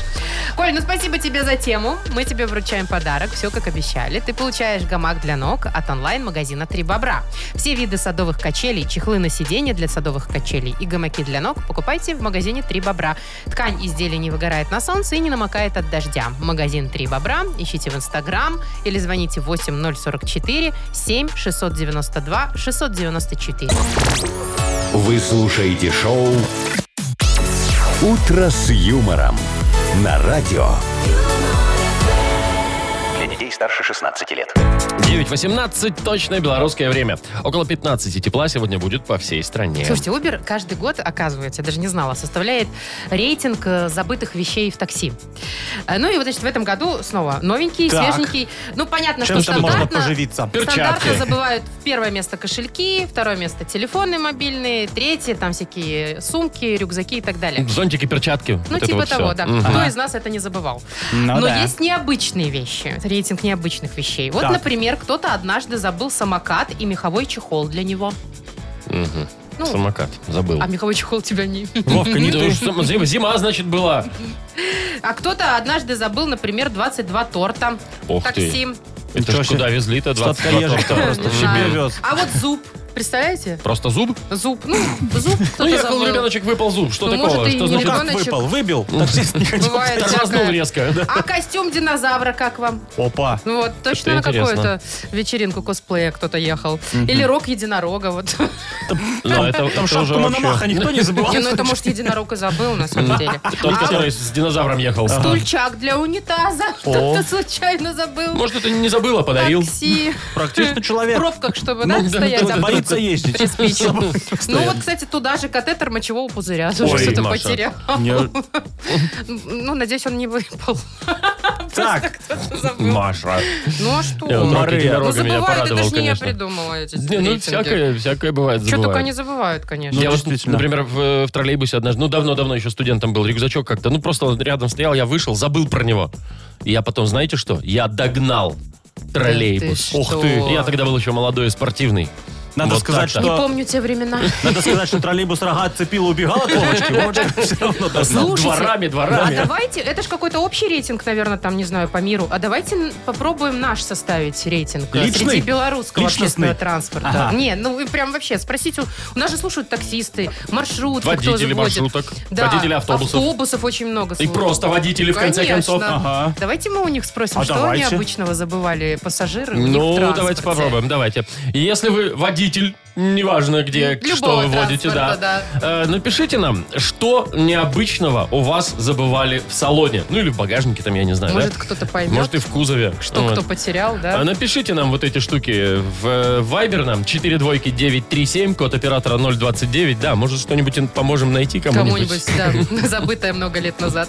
Speaker 3: Коль, ну спасибо тебе за тему. Мы тебе вручаем подарок. Все как обещали. Ты получаешь гамак для ног от онлайн-магазина «Три бобра». Все виды садовых качелей, чехлы на сиденье для садовых качелей и гамаки для ног покупайте в магазине «Три бобра». Ткань изделия не выгорает на солнце и не намокает от дождя. Магазин «Три бобра» ищите в Инстаграм или звоните 8044 7 692 694.
Speaker 4: Вы слушаете шоу «Утро с юмором» на радио.
Speaker 5: Для детей старше 16 лет.
Speaker 1: 9.18, точное белорусское время. Около 15 тепла сегодня будет по всей стране.
Speaker 3: Слушайте, Uber каждый год, оказывается, я даже не знала, составляет рейтинг э, забытых вещей в такси. Э, Ну и вот, значит, в этом году снова новенький,
Speaker 2: Так.
Speaker 3: свеженький. Ну, понятно, что
Speaker 2: Чем-то можно
Speaker 3: стандартно...
Speaker 2: поживиться.
Speaker 3: Стандартно забывают в первое место кошельки, второе место телефоны мобильные, третье там всякие сумки, рюкзаки и так далее.
Speaker 1: Зонтики, перчатки.
Speaker 3: Ну,
Speaker 1: вот это
Speaker 3: типа
Speaker 1: вот всё.
Speaker 3: того, да.
Speaker 1: Мгм.
Speaker 3: Кто из нас это не забывал?
Speaker 2: Ну
Speaker 3: Но
Speaker 2: да.
Speaker 3: есть необычные вещи, рейтинг необычных вещей. Вот,
Speaker 2: Так.
Speaker 3: например, кто-то однажды забыл самокат и меховой чехол для него.
Speaker 1: Мгм.
Speaker 3: Ну,
Speaker 1: Самокат, забыл.
Speaker 3: а меховой чехол тебя не...
Speaker 1: Вовка, не ты. Зима, значит, была.
Speaker 3: А кто-то однажды забыл, например, 22 торта.
Speaker 1: Ох ты.
Speaker 3: такси.
Speaker 1: Это
Speaker 2: Ничего
Speaker 1: ж
Speaker 2: себе.
Speaker 1: куда везли-то? 20
Speaker 2: Сладкоежек-то
Speaker 1: потом.
Speaker 2: просто в
Speaker 1: Мгм.
Speaker 2: себе вез.
Speaker 3: А вот зуб. Представляете?
Speaker 1: Просто зуб?
Speaker 3: Зуб. Ну, зуб
Speaker 1: Ну,
Speaker 3: кто-то
Speaker 1: ехал
Speaker 3: забыл.
Speaker 1: ребеночек, выпал зуб. Что
Speaker 3: Ну,
Speaker 1: такого?
Speaker 3: может, и
Speaker 1: Что
Speaker 3: не
Speaker 1: значит
Speaker 3: ребеночек.
Speaker 1: выпал?
Speaker 2: Выбил?
Speaker 3: Бывает
Speaker 1: Тормознул
Speaker 3: всякое.
Speaker 1: резко. да.
Speaker 3: А костюм динозавра как вам?
Speaker 2: Опа.
Speaker 3: Ну вот, точно на
Speaker 1: интересно.
Speaker 3: какую-то вечеринку косплея кто-то ехал.
Speaker 1: Мгм.
Speaker 3: Или рок единорога. Вот.
Speaker 1: Но это,
Speaker 2: Ну, Там
Speaker 1: это
Speaker 2: шапку
Speaker 1: уже
Speaker 2: Мономаха
Speaker 1: вообще...
Speaker 2: никто не забывал.
Speaker 3: Не, ну это, может, единорог и забыл, на самом деле.
Speaker 1: Тот,
Speaker 3: А
Speaker 1: который с динозавром ехал.
Speaker 3: вот Стульчак для унитаза. Кто-то случайно забыл.
Speaker 1: Может, это не забыла, подарил.
Speaker 3: Такси.
Speaker 2: Практично
Speaker 3: В
Speaker 2: человек.
Speaker 3: пробках, чтобы, да,
Speaker 1: Ну, да,
Speaker 3: стоять.
Speaker 1: да,
Speaker 3: а
Speaker 2: Боится
Speaker 3: потом
Speaker 2: ездить.
Speaker 3: приспичило. Ну
Speaker 2: Постоянно.
Speaker 3: вот, кстати, туда же катетер мочевого пузыря.
Speaker 2: Ой,
Speaker 3: Что-то
Speaker 2: Маша.
Speaker 3: потерял.
Speaker 2: Не-
Speaker 3: Ну, надеюсь, он не выпал.
Speaker 2: Так, Маша.
Speaker 3: Ну а что?
Speaker 1: Я вот рок
Speaker 3: Ну
Speaker 1: единорога меня
Speaker 3: забывают, это
Speaker 1: порадовал,
Speaker 3: же не я
Speaker 1: конечно.
Speaker 3: придумала эти
Speaker 1: Не, ну,
Speaker 3: рейтинги.
Speaker 1: всякое, всякое бывает,
Speaker 3: Что только
Speaker 1: забывает. Ну,
Speaker 3: они забывают, конечно.
Speaker 1: я вот, например, в, в троллейбусе однажды, ну, давно-давно еще студентом был, рюкзачок как-то, ну, просто он рядом стоял, я вышел, забыл про него. И я потом, знаете что? Я догнал троллейбус.
Speaker 3: Да ты что?
Speaker 1: Я тогда был еще молодой и спортивный.
Speaker 2: Надо
Speaker 1: Вот
Speaker 2: сказать,
Speaker 1: так-то.
Speaker 3: Не
Speaker 2: что-
Speaker 3: помню те времена.
Speaker 2: Надо сказать, что троллейбус рога отцепил и убегал от Вовочки. Вовочка все равно догнал.
Speaker 3: Слушайте,
Speaker 1: Дворами,
Speaker 3: А
Speaker 1: дворами.
Speaker 3: давайте, это же какой-то общий рейтинг, наверное, там, не знаю, по миру. А давайте н- попробуем наш составить рейтинг э,
Speaker 2: Личный?
Speaker 3: среди белорусского
Speaker 2: Личностный?
Speaker 3: общественного транспорта.
Speaker 2: Ага.
Speaker 3: Не, ну и прям вообще спросите, у, у нас же слушают таксисты, маршрутки, кто
Speaker 1: Водители
Speaker 3: заводит.
Speaker 1: маршруток,
Speaker 3: Да,
Speaker 1: водители автобусов.
Speaker 3: автобусов очень много.
Speaker 1: И просто водители, в конце
Speaker 3: Конечно.
Speaker 1: концов. Ага.
Speaker 3: Давайте мы у них спросим,
Speaker 1: А
Speaker 3: что
Speaker 1: давайте.
Speaker 3: они обычного забывали пассажиры у них в
Speaker 1: Ну,
Speaker 3: транспорте.
Speaker 1: давайте попробуем, давайте. Если вы водитель, неважно где,
Speaker 3: Любого
Speaker 1: что вы водите, да,
Speaker 3: транспорта,
Speaker 1: э, напишите нам, что необычного у вас забывали в салоне. Ну, или в багажнике там, я не знаю.
Speaker 3: Может,
Speaker 1: да?
Speaker 3: кто-то поймет,
Speaker 1: Может, и в кузове.
Speaker 3: что
Speaker 1: Вот.
Speaker 3: кто потерял, да?
Speaker 1: А Напишите нам вот эти штуки в э, Viber нам 42937, код оператора 029. Да, может, что-нибудь ин- поможем найти кому-нибудь.
Speaker 3: Кому-нибудь, да, забытое много лет назад.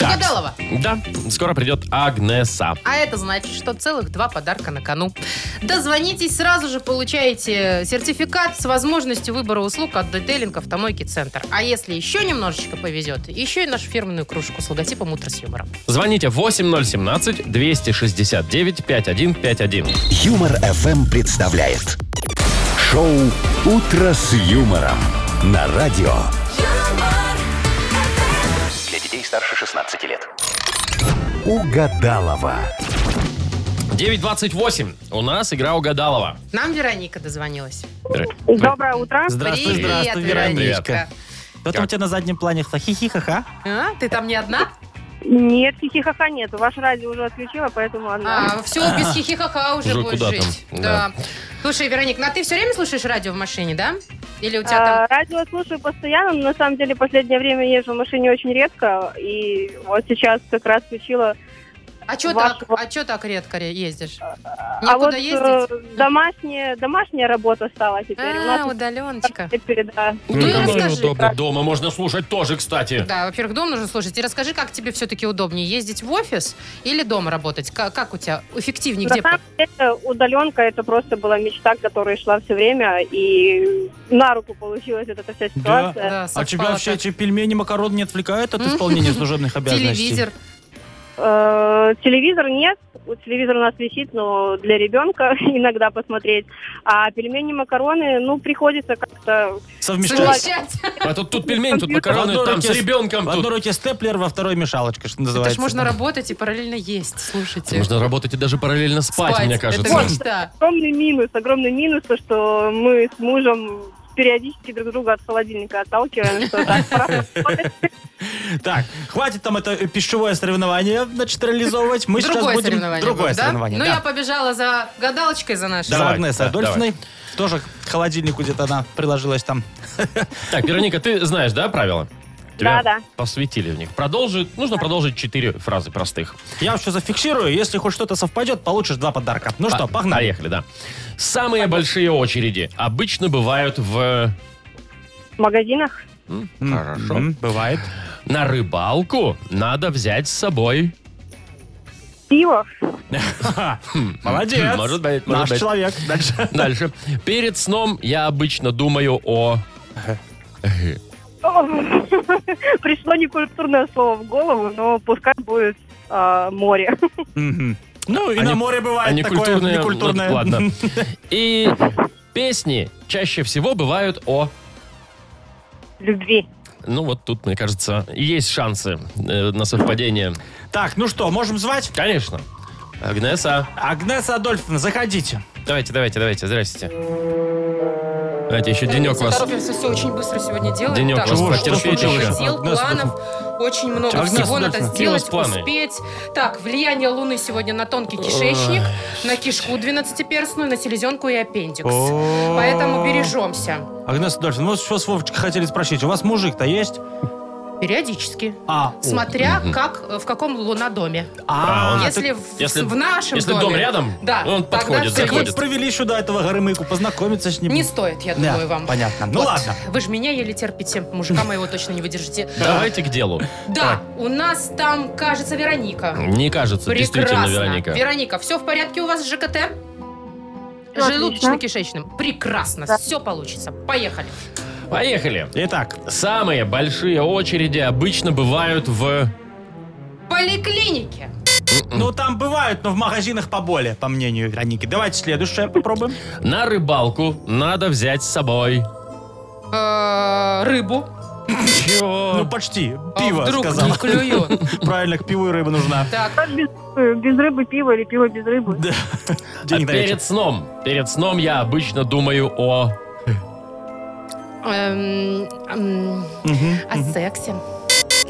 Speaker 3: Угадалова.
Speaker 1: Да, скоро придет Агнеса.
Speaker 3: А это значит, что целых два подарка на кону. Дозвонитесь, сразу же получаете сертификат с возможностью выбора услуг от детейлинг автомойки «Центр». А если еще немножечко повезет, еще и нашу фирменную кружку с логотипом «Утро с юмором».
Speaker 1: Звоните 8017-269-5151.
Speaker 4: Юмор ФМ представляет. Шоу «Утро с юмором» на радио.
Speaker 5: Для детей старше 16 лет.
Speaker 4: Угадалова.
Speaker 1: 9.28. У нас игра угадалова.
Speaker 3: Нам Вероника дозвонилась.
Speaker 6: Доброе утро.
Speaker 2: Здравствуй,
Speaker 3: Привет,
Speaker 2: здравствуй,
Speaker 3: Вероничка.
Speaker 2: Вероничка. Кто там у тебя на заднем плане? Хихихаха.
Speaker 3: А, ты там не одна?
Speaker 6: Нет, хихихаха нет. Ваше радио уже отключила, поэтому она...
Speaker 3: А, все, без хихихаха уже
Speaker 1: Уже
Speaker 3: будешь
Speaker 1: куда
Speaker 3: жить.
Speaker 1: там,
Speaker 3: Да. Слушай, Вероник, ну а ты все время слушаешь радио в машине, да? Или у тебя там...
Speaker 6: А, Радио слушаю постоянно, но на самом деле в последнее время езжу в машине очень редко. И вот сейчас как раз включила...
Speaker 3: А чё
Speaker 6: ваш-
Speaker 3: так, а чё так редко ездишь?
Speaker 6: а вот
Speaker 3: Некуда
Speaker 6: э,
Speaker 3: ездить?
Speaker 6: домашняя, домашняя работа стала теперь. У нас
Speaker 3: А, удаленочка.
Speaker 6: теперь, да.
Speaker 3: Ну и
Speaker 1: как
Speaker 3: расскажи.
Speaker 1: удобно. Дома можно слушать тоже, кстати.
Speaker 3: Да, во-первых, дом нужно слушать. И расскажи, как тебе все-таки удобнее, ездить в офис или дома работать? Как, как у тебя эффективнее? Где?
Speaker 6: На самом деле удаленка это просто была мечта, к которой шла все время, и на руку получилась вот эта вся
Speaker 2: Да.
Speaker 6: ситуация.
Speaker 2: А тебя вообще эти пельмени, макароны не отвлекают от исполнения служебных обязанностей?
Speaker 3: Телевизор.
Speaker 6: Э, телевизор нет, Вот телевизор у нас висит, но для ребенка иногда посмотреть. А пельмени, макароны, ну приходится как-то.
Speaker 2: Совмещать.
Speaker 3: Совмещать.
Speaker 1: А тут, тут пельмень, тут
Speaker 2: В
Speaker 1: макароны,
Speaker 2: одной
Speaker 1: там
Speaker 2: руке
Speaker 1: с
Speaker 2: с-
Speaker 1: ребенком.
Speaker 2: В
Speaker 1: тут.
Speaker 2: одной руке степлер, во второй мешалочка, что
Speaker 3: Это
Speaker 2: называется.
Speaker 3: ж можно работать и параллельно есть, слушайте.
Speaker 1: Можно работать и даже параллельно спать, мне кажется.
Speaker 3: Это мечта.
Speaker 6: Огромный минус, огромный минус то, что мы с мужем периодически друг друга от холодильника отталкиваем. что так, пора.
Speaker 2: Так, хватит там это э, пищевое соревнование, значит, реализовывать. Мы сейчас
Speaker 3: Другое
Speaker 2: будем...
Speaker 3: соревнование.
Speaker 2: Другое
Speaker 3: будет, да?
Speaker 2: соревнование,
Speaker 3: Ну,
Speaker 2: да.
Speaker 3: я побежала за гадалочкой за нашей.
Speaker 2: За
Speaker 1: Давай,
Speaker 2: Агнесой
Speaker 1: да,
Speaker 2: Адольфиной. Тоже к холодильнику где-то она приложилась там.
Speaker 1: Так, Вероника, ты знаешь, да, правила? Тебя
Speaker 6: Да, да.
Speaker 1: посвятили в них. Продолжи, нужно продолжить четыре фразы простых.
Speaker 2: Я все зафиксирую. Если хоть что-то совпадет, получишь два подарка. Ну что,
Speaker 1: По-
Speaker 2: погнали.
Speaker 1: А, Поехали, да. Самые большие очереди обычно бывают в...
Speaker 6: В магазинах
Speaker 1: М,
Speaker 2: М,
Speaker 1: Хорошо.
Speaker 2: м, Бывает.
Speaker 1: На рыбалку надо взять с собой...
Speaker 6: пиво,
Speaker 2: Молодец.
Speaker 1: Может быть, может
Speaker 2: Наш
Speaker 1: быть.
Speaker 2: человек. Дальше.
Speaker 1: Дальше. Перед сном я обычно думаю о...
Speaker 6: О, Пришло некультурное слово в голову, но пускай будет а, море.
Speaker 2: Мгм. Ну, и
Speaker 1: Они-
Speaker 2: на море бывает
Speaker 1: они
Speaker 2: такое
Speaker 1: культурные,
Speaker 2: некультурное.
Speaker 1: ну, ладно. И песни чаще всего бывают о...
Speaker 6: Любви.
Speaker 1: Ну, вот тут, мне кажется, есть шансы э, на совпадение.
Speaker 2: Так, ну что, можем звать?
Speaker 1: Конечно. Агнеса.
Speaker 2: Агнеса Адольфовна, заходите.
Speaker 1: Давайте, давайте, давайте. Здрасте. Давайте, еще денек вас.
Speaker 3: Торопимся, все очень быстро сегодня делаем.
Speaker 1: Денек
Speaker 3: Так,
Speaker 1: вас
Speaker 3: что
Speaker 1: потерпеть
Speaker 3: много
Speaker 1: еще.
Speaker 3: Дел,
Speaker 1: Агнеса
Speaker 3: планов, очень много
Speaker 1: Агнеса
Speaker 3: всего надо
Speaker 1: Адольфовна, какие у вас
Speaker 3: сделать,
Speaker 1: планы?
Speaker 3: успеть. Так, влияние Луны сегодня на тонкий кишечник, на кишку 12-перстную, на селезенку и аппендикс.
Speaker 2: О.
Speaker 3: Поэтому бережемся.
Speaker 2: Агнеса Адольфовна, вот что с Вовчикой хотели спросить. У вас мужик-то есть?
Speaker 3: Периодически.
Speaker 2: А, о.
Speaker 3: Смотря
Speaker 2: Мгм.
Speaker 3: как, э, в каком лунодоме.
Speaker 2: А, он-
Speaker 3: если,
Speaker 2: ты-
Speaker 3: в,
Speaker 2: если-
Speaker 3: в нашем
Speaker 2: если дом
Speaker 3: доме,
Speaker 2: рядом,
Speaker 3: да,
Speaker 2: он
Speaker 3: тогда
Speaker 2: подходит,
Speaker 3: всё
Speaker 2: Так вот
Speaker 3: есть.
Speaker 2: провели сюда этого Горымыку, познакомиться с ним.
Speaker 3: Не стоит, я
Speaker 2: Да,
Speaker 3: думаю, вам.
Speaker 2: понятно. Ну
Speaker 3: Вот.
Speaker 2: ладно.
Speaker 3: Вы же меня еле терпите, мужика моего точно не выдержите.
Speaker 1: Давайте к делу.
Speaker 3: Да, у нас там, кажется, Вероника.
Speaker 1: Не кажется, действительно,
Speaker 3: Прекрасно.
Speaker 1: Вероника.
Speaker 3: все в порядке у вас с ЖКТ?
Speaker 6: Всё
Speaker 3: Желудочно-кишечным. Прекрасно, все получится. Поехали.
Speaker 1: Поехали.
Speaker 2: Итак.
Speaker 1: Самые большие очереди обычно бывают в...
Speaker 3: Поликлиники.
Speaker 2: Ну, там бывают, но в магазинах поболее, по мнению Вероники. Давайте следующее попробуем.
Speaker 1: На рыбалку надо взять с собой...
Speaker 3: Э, Рыбу.
Speaker 1: Чего?
Speaker 2: Ну, почти. Пиво,
Speaker 3: А вдруг
Speaker 2: сказал.
Speaker 3: не клюет?
Speaker 2: Правильно, к пиву и рыба нужна.
Speaker 3: Так.
Speaker 6: Без, э, без рыбы пиво или пиво без рыбы?
Speaker 1: А
Speaker 2: Денег даете?
Speaker 1: перед сном. Перед сном я обычно думаю о...
Speaker 3: Эм, эм, О сексе.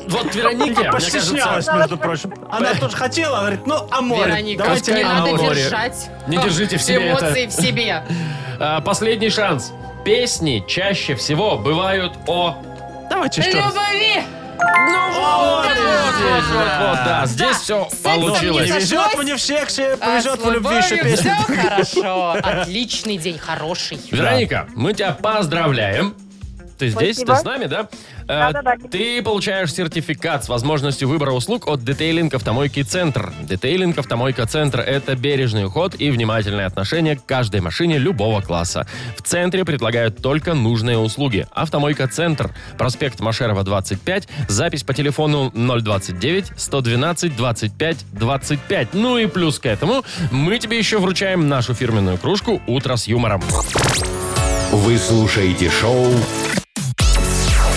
Speaker 1: Вот Веронике, мне
Speaker 2: Постеснялась,
Speaker 1: кажется...
Speaker 2: между прочим. Она тоже хотела, говорит, ну, а море.
Speaker 3: Вероника,
Speaker 2: Давайте
Speaker 3: не
Speaker 2: о
Speaker 3: надо
Speaker 2: море.
Speaker 3: держать
Speaker 1: Не
Speaker 3: э,
Speaker 1: держите в себе это.
Speaker 3: эмоции в себе.
Speaker 1: А, Последний шанс. Песни чаще всего бывают о...
Speaker 2: Давайте еще раз.
Speaker 3: Любви!
Speaker 1: Вот, вот, вот, вот, вот, да. Здесь все
Speaker 2: Не
Speaker 1: получилось.
Speaker 2: везет мне в
Speaker 3: а
Speaker 2: сексе, повезет в любви еще
Speaker 3: Все
Speaker 2: песня.
Speaker 3: хорошо. Отличный день, хороший.
Speaker 1: Вероника, мы тебя поздравляем. Ты здесь,
Speaker 3: Спасибо.
Speaker 1: ты с нами, да? Э, Ты получаешь сертификат с возможностью выбора услуг от Детейлинг Автомойки Центр. Детейлинг Автомойка Центр – это бережный уход и внимательное отношение к каждой машине любого класса. В центре предлагают только нужные услуги. Автомойка Центр, проспект Машерова, 25, запись по телефону 029-112-25-25. Ну и плюс к этому мы тебе еще вручаем нашу фирменную кружку «Утро с юмором».
Speaker 4: Вы слушаете шоу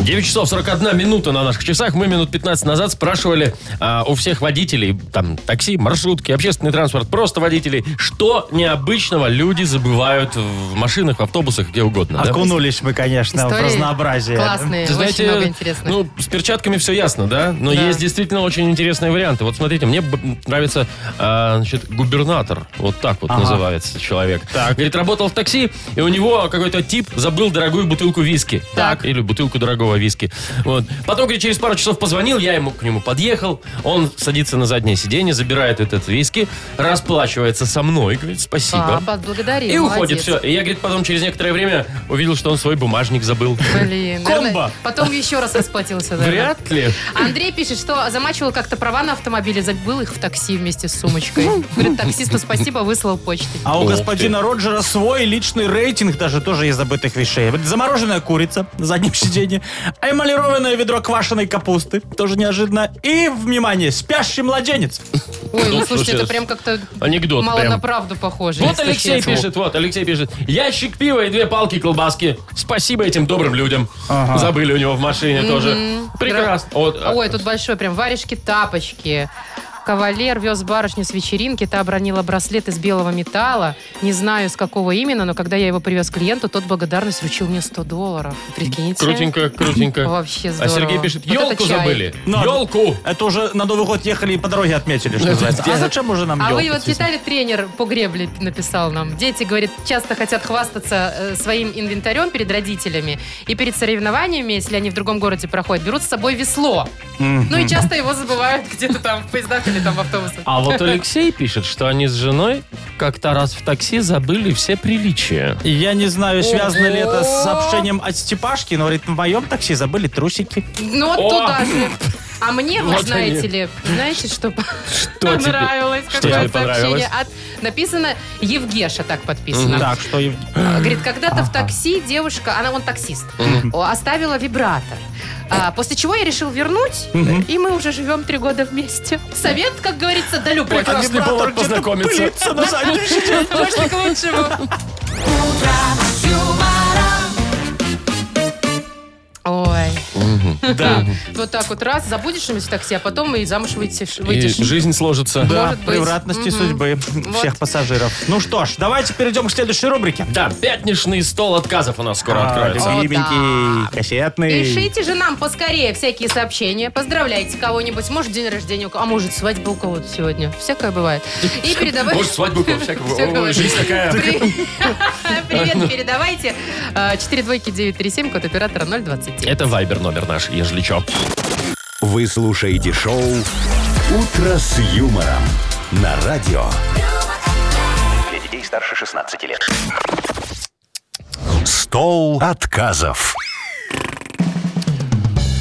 Speaker 1: 9 часов 41 минута на наших часах. Мы минут 15 назад спрашивали а, у всех водителей, там, такси, маршрутки, общественный транспорт, просто водителей, что необычного люди забывают в машинах, в автобусах, где
Speaker 2: А
Speaker 1: угодно. да?
Speaker 2: Окунулись мы, конечно, в
Speaker 3: Истории
Speaker 2: разнообразие.
Speaker 3: классные.
Speaker 1: Ты
Speaker 3: Очень
Speaker 1: знаете,
Speaker 3: много интересных.
Speaker 1: ну, с перчатками все ясно, да? Но есть действительно очень интересные варианты. Вот смотрите, мне б- нравится, а, значит, губернатор. Вот так вот
Speaker 2: Ага.
Speaker 1: называется человек. Говорит, работал в такси, и у него какой-то тип забыл дорогую бутылку виски. Так. Или бутылку дорогого виски. Вот. Потом, говорит, через пару часов позвонил, я ему к нему подъехал, он садится на заднее сиденье, забирает этот виски, расплачивается со мной, говорит, спасибо.
Speaker 3: А, Благодарим.
Speaker 1: И уходит,
Speaker 3: молодец.
Speaker 1: все. И я, говорит, потом через некоторое время увидел, что он свой бумажник забыл.
Speaker 3: Блин,
Speaker 1: Комбо.
Speaker 3: наверное, потом еще раз расплатился. наверное.
Speaker 1: Вряд ли.
Speaker 3: Андрей пишет, что замачивал как-то права на автомобиле, забыл их в такси вместе с сумочкой. Говорит, таксисту спасибо, выслал почтой.
Speaker 2: А у
Speaker 1: Ух
Speaker 2: господина Роджера свой личный рейтинг даже тоже из забытых вещей. Вот Замороженная курица на заднем сиденье, эмалированное ведро квашеной капусты, тоже неожиданно, и, внимание, спящий младенец.
Speaker 3: Ой,
Speaker 1: Ну,
Speaker 3: ну слушайте, это
Speaker 1: слушай,
Speaker 3: прям как-то
Speaker 1: анекдот
Speaker 3: мало
Speaker 1: прям.
Speaker 3: на правду похоже.
Speaker 1: Вот
Speaker 3: если
Speaker 1: Алексей
Speaker 3: честно.
Speaker 1: пишет, вот Алексей пишет. Ящик пива и две палки колбаски. Спасибо этим добрым людям. Забыли у него в машине тоже. Прекрасно. Вот, а,
Speaker 3: Ой, тут большой прям варежки, тапочки. Кавалер вез барышню с вечеринки, та обронила браслет из белого металла. Не знаю, с какого именно, но когда я его привез клиенту, тот благодарность вручил мне 100 долларов. Прикиньте.
Speaker 1: Крутенько, крутенько.
Speaker 3: Вообще
Speaker 1: А
Speaker 3: здорово.
Speaker 1: Сергей пишет,
Speaker 3: Вот это
Speaker 1: елку
Speaker 3: чай.
Speaker 1: забыли.
Speaker 2: Ну,
Speaker 1: Елку.
Speaker 2: Это уже на Новый год ехали и по дороге отметили, что
Speaker 1: Ну, это
Speaker 2: называется. А
Speaker 1: где-
Speaker 2: зачем уже нам
Speaker 3: А вы
Speaker 2: ёлка,
Speaker 3: вот
Speaker 2: естественно?
Speaker 3: читали, тренер по гребле написал нам. Дети, говорит, часто хотят хвастаться э, своим инвентарем перед родителями. И перед соревнованиями, если они в другом городе проходят, берут с собой весло. Ну и часто его забывают где-то там в поездах или там в автобусах.
Speaker 1: А вот Алексей пишет, что они с женой как-то раз в такси забыли все приличия.
Speaker 2: Я не знаю, связано ли это с
Speaker 3: Ого.
Speaker 2: сообщением от Степашки, но, говорит, в моем такси забыли трусики.
Speaker 3: Ну вот
Speaker 1: О!
Speaker 3: туда же. А мне, вы
Speaker 1: Вот
Speaker 3: знаете
Speaker 1: они.
Speaker 3: ли, знаете, что
Speaker 1: Что тебе-
Speaker 3: понравилось?
Speaker 1: что
Speaker 3: Какое
Speaker 1: тебе понравилось?
Speaker 3: сообщение? от- Написано Евгеша, так подписано.
Speaker 2: Так, что... Ев-
Speaker 3: А, Говорит, когда-то в такси девушка, она он таксист,
Speaker 2: Мгм.
Speaker 3: о, оставила вибратор. А, после чего я решил вернуть,
Speaker 2: Мгм.
Speaker 3: и мы уже живем три года вместе. Совет, как говорится, да любовь.
Speaker 1: Прекрасный повод познакомиться.
Speaker 3: Можно к лучшему. Ой.
Speaker 1: Да.
Speaker 3: Вот так вот раз, забудешь что-нибудь в такси, а потом и замуж выйдешь.
Speaker 1: И
Speaker 3: выйдешь.
Speaker 1: жизнь сложится.
Speaker 2: Да,
Speaker 3: Может быть.
Speaker 2: превратности
Speaker 3: Мгм.
Speaker 2: судьбы всех
Speaker 3: Вот.
Speaker 2: пассажиров. Ну что ж, давайте перейдем к следующей рубрике.
Speaker 1: Да, пятничный стол отказов у нас скоро
Speaker 2: А,
Speaker 1: откроется.
Speaker 2: Любименький, кассетный.
Speaker 3: Пишите же нам поскорее всякие сообщения. Поздравляйте кого-нибудь. Может, день рождения у кого- а может, свадьба у кого-то сегодня. Всякое бывает. И передавайте...
Speaker 1: Может, свадьбу у всякого.
Speaker 3: Всякого.
Speaker 1: Ой, Жизнь такая.
Speaker 3: При- Привет, передавайте. 4 двойки 937, код оператора 029.
Speaker 1: Это вайбер номер наш, ежели чё.
Speaker 4: Вы слушаете шоу «Утро с юмором» на радио.
Speaker 5: Для детей старше 16 лет.
Speaker 4: Стол отказов.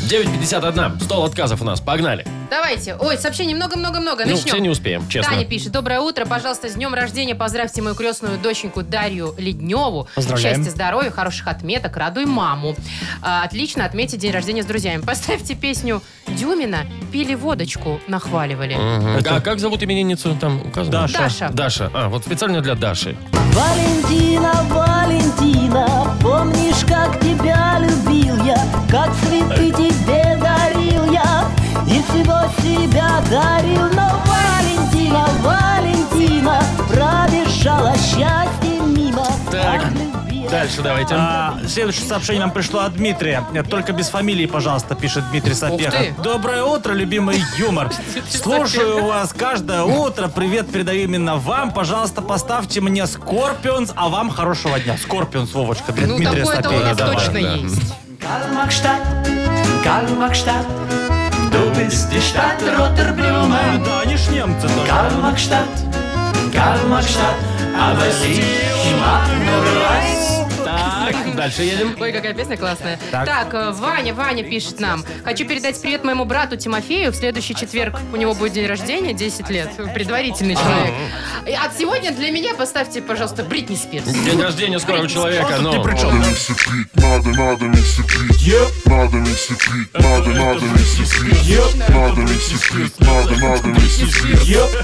Speaker 1: 9.51. Стол отказов у нас. Погнали.
Speaker 3: Давайте. Ой, сообщений много-много-много.
Speaker 1: Ну,
Speaker 3: Начнем.
Speaker 1: все не успеем, честно.
Speaker 3: Таня пишет. Доброе утро. Пожалуйста, с днем рождения. Поздравьте мою крестную доченьку Дарью Ледневу.
Speaker 1: Поздравляем.
Speaker 3: Счастья, здоровья, хороших отметок. Радуй маму. А, отлично отметьте день рождения с друзьями. Поставьте песню Дюмина. Пили водочку, нахваливали.
Speaker 1: Мгм. А как зовут именинницу? Там указано.
Speaker 3: Даша. Даша.
Speaker 1: Даша. А, вот специально для Даши.
Speaker 14: Валентина, Валентина, помнишь, как тебя любил я, как цветы тебе дарил я и всего себя дарил, но Валентина, Валентина пробежала счастье мимо.
Speaker 1: Так, дальше давайте.
Speaker 2: А, следующее сообщение нам пришло от Дмитрия. Нет, Только без фамилии, пожалуйста, пишет Дмитрий Сапеха.
Speaker 3: ты.
Speaker 2: Доброе утро, любимый юмор. Слушаю вас каждое утро. Привет передаю именно вам. Пожалуйста, поставьте мне Скорпионс, а вам хорошего дня. Скорпионс, Вовочка, для
Speaker 3: Ну,
Speaker 2: Дмитрия
Speaker 3: такое-то у
Speaker 2: Сапеги.
Speaker 3: нас
Speaker 2: Давай,
Speaker 3: точно
Speaker 2: да.
Speaker 3: есть.
Speaker 14: Kalmыкstadt, Kalmыкstadt, du bist die Stadt
Speaker 2: А,
Speaker 14: Rotterdam.
Speaker 2: Да, они ж немцы тоже.
Speaker 14: Kalmыкstadt, Kalmыкstadt, aber sie mag nur weiß.
Speaker 1: Так, дальше едем.
Speaker 3: Ой, какая песня классная.
Speaker 1: Так.
Speaker 3: Так. э, Ваня, Ваня пишет нам. Хочу передать привет моему брату Тимофею. В следующий четверг у него будет день рождения, 10 лет. Предварительный человек. И от сегодня для меня поставьте, пожалуйста, Бритни Спирс.
Speaker 1: День рождения скоро у человека.
Speaker 3: Просто
Speaker 1: ну.
Speaker 3: ты при чём?
Speaker 15: Надо не сыпить, надо, надо не сыпить. Надо не сыпить, надо, надо не сыпить. Надо не сыпить, надо, надо не сыпить.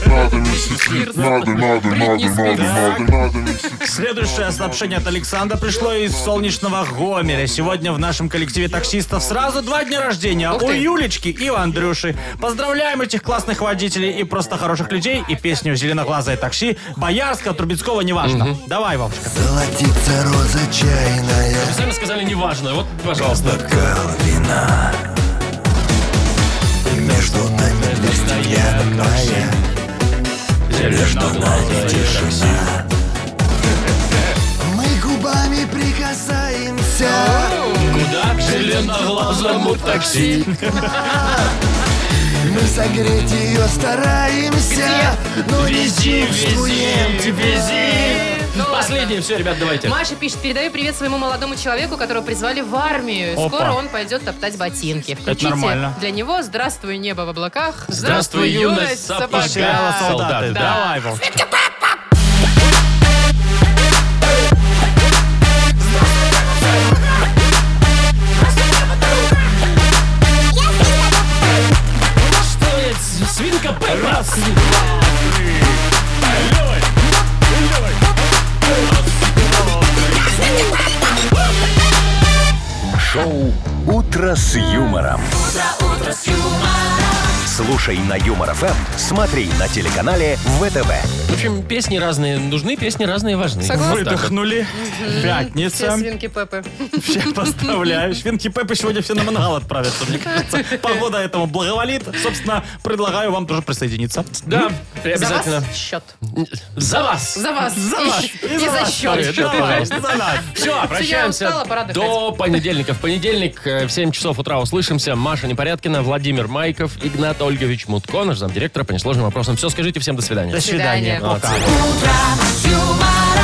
Speaker 15: Надо не сыпить, надо, надо, надо, надо, надо, надо не сыпить.
Speaker 2: Следующее сообщение от Александра пришло из солнечного Гомеля. Сегодня в нашем коллективе таксистов сразу два дня рождения. У Юлечки и у Андрюши. Поздравляем этих классных водителей и просто хороших людей. И песню «Зеленоглазое такси» Боярского, Трубецкого, неважно. Давай, Вовчика.
Speaker 16: Золотится роза чайная
Speaker 1: Вы сами сказали, неважно. Вот, пожалуйста.
Speaker 16: бокал вина И между нами две стеклянная Между нами тишина Мы губами прикасаемся
Speaker 1: Куда к зеленоглазому такси?
Speaker 16: Мы согреть ее стараемся Но не чувствуем
Speaker 3: Ну,
Speaker 1: Последнее все, ребят, давайте.
Speaker 3: Маша пишет, передаю привет своему молодому человеку, которого призвали в армию.
Speaker 1: Опа.
Speaker 3: Скоро он пойдет топтать ботинки. Включите
Speaker 1: нормально.
Speaker 3: для него «Здравствуй, небо в облаках».
Speaker 1: Здравствуй, юность, сапога.
Speaker 2: И сериала «Солдаты».
Speaker 1: Да.
Speaker 2: Давай, Вовчик.
Speaker 1: Что я, с- свинка Пеппа?
Speaker 4: Шоу «Утро с юмором». Слушай на Юмор ФМ, смотри на телеканале ВТВ.
Speaker 1: В общем, песни разные нужны, песни разные важны.
Speaker 3: Согласна.
Speaker 1: Вот так вот.
Speaker 2: Выдохнули.
Speaker 3: Все
Speaker 2: Пятница.
Speaker 3: свинки Пеппы.
Speaker 2: Всех поздравляю. Свинки Пеппы сегодня все на мангал отправятся, мне кажется. Погода этому благоволит. Собственно, предлагаю вам тоже присоединиться.
Speaker 1: Да,
Speaker 3: За вас
Speaker 1: обязательно.
Speaker 3: счет.
Speaker 1: За вас!
Speaker 3: За вас.
Speaker 2: За вас.
Speaker 3: И,
Speaker 2: И за
Speaker 3: за
Speaker 2: вас,
Speaker 3: счет.
Speaker 1: Привет, пожалуйста.
Speaker 2: за нас.
Speaker 1: Все, прощаемся
Speaker 3: Я устала, пора отдыхать.
Speaker 1: до понедельника. В понедельник э, в 7 часов утра услышимся. Маша Непорядкина, Владимир Майков, Игнат Ольгович Мутко, наш замдиректора по несложным вопросам. Все, скажите всем до свидания.
Speaker 2: До свидания.
Speaker 1: Молодцы.
Speaker 14: Утро с юмором.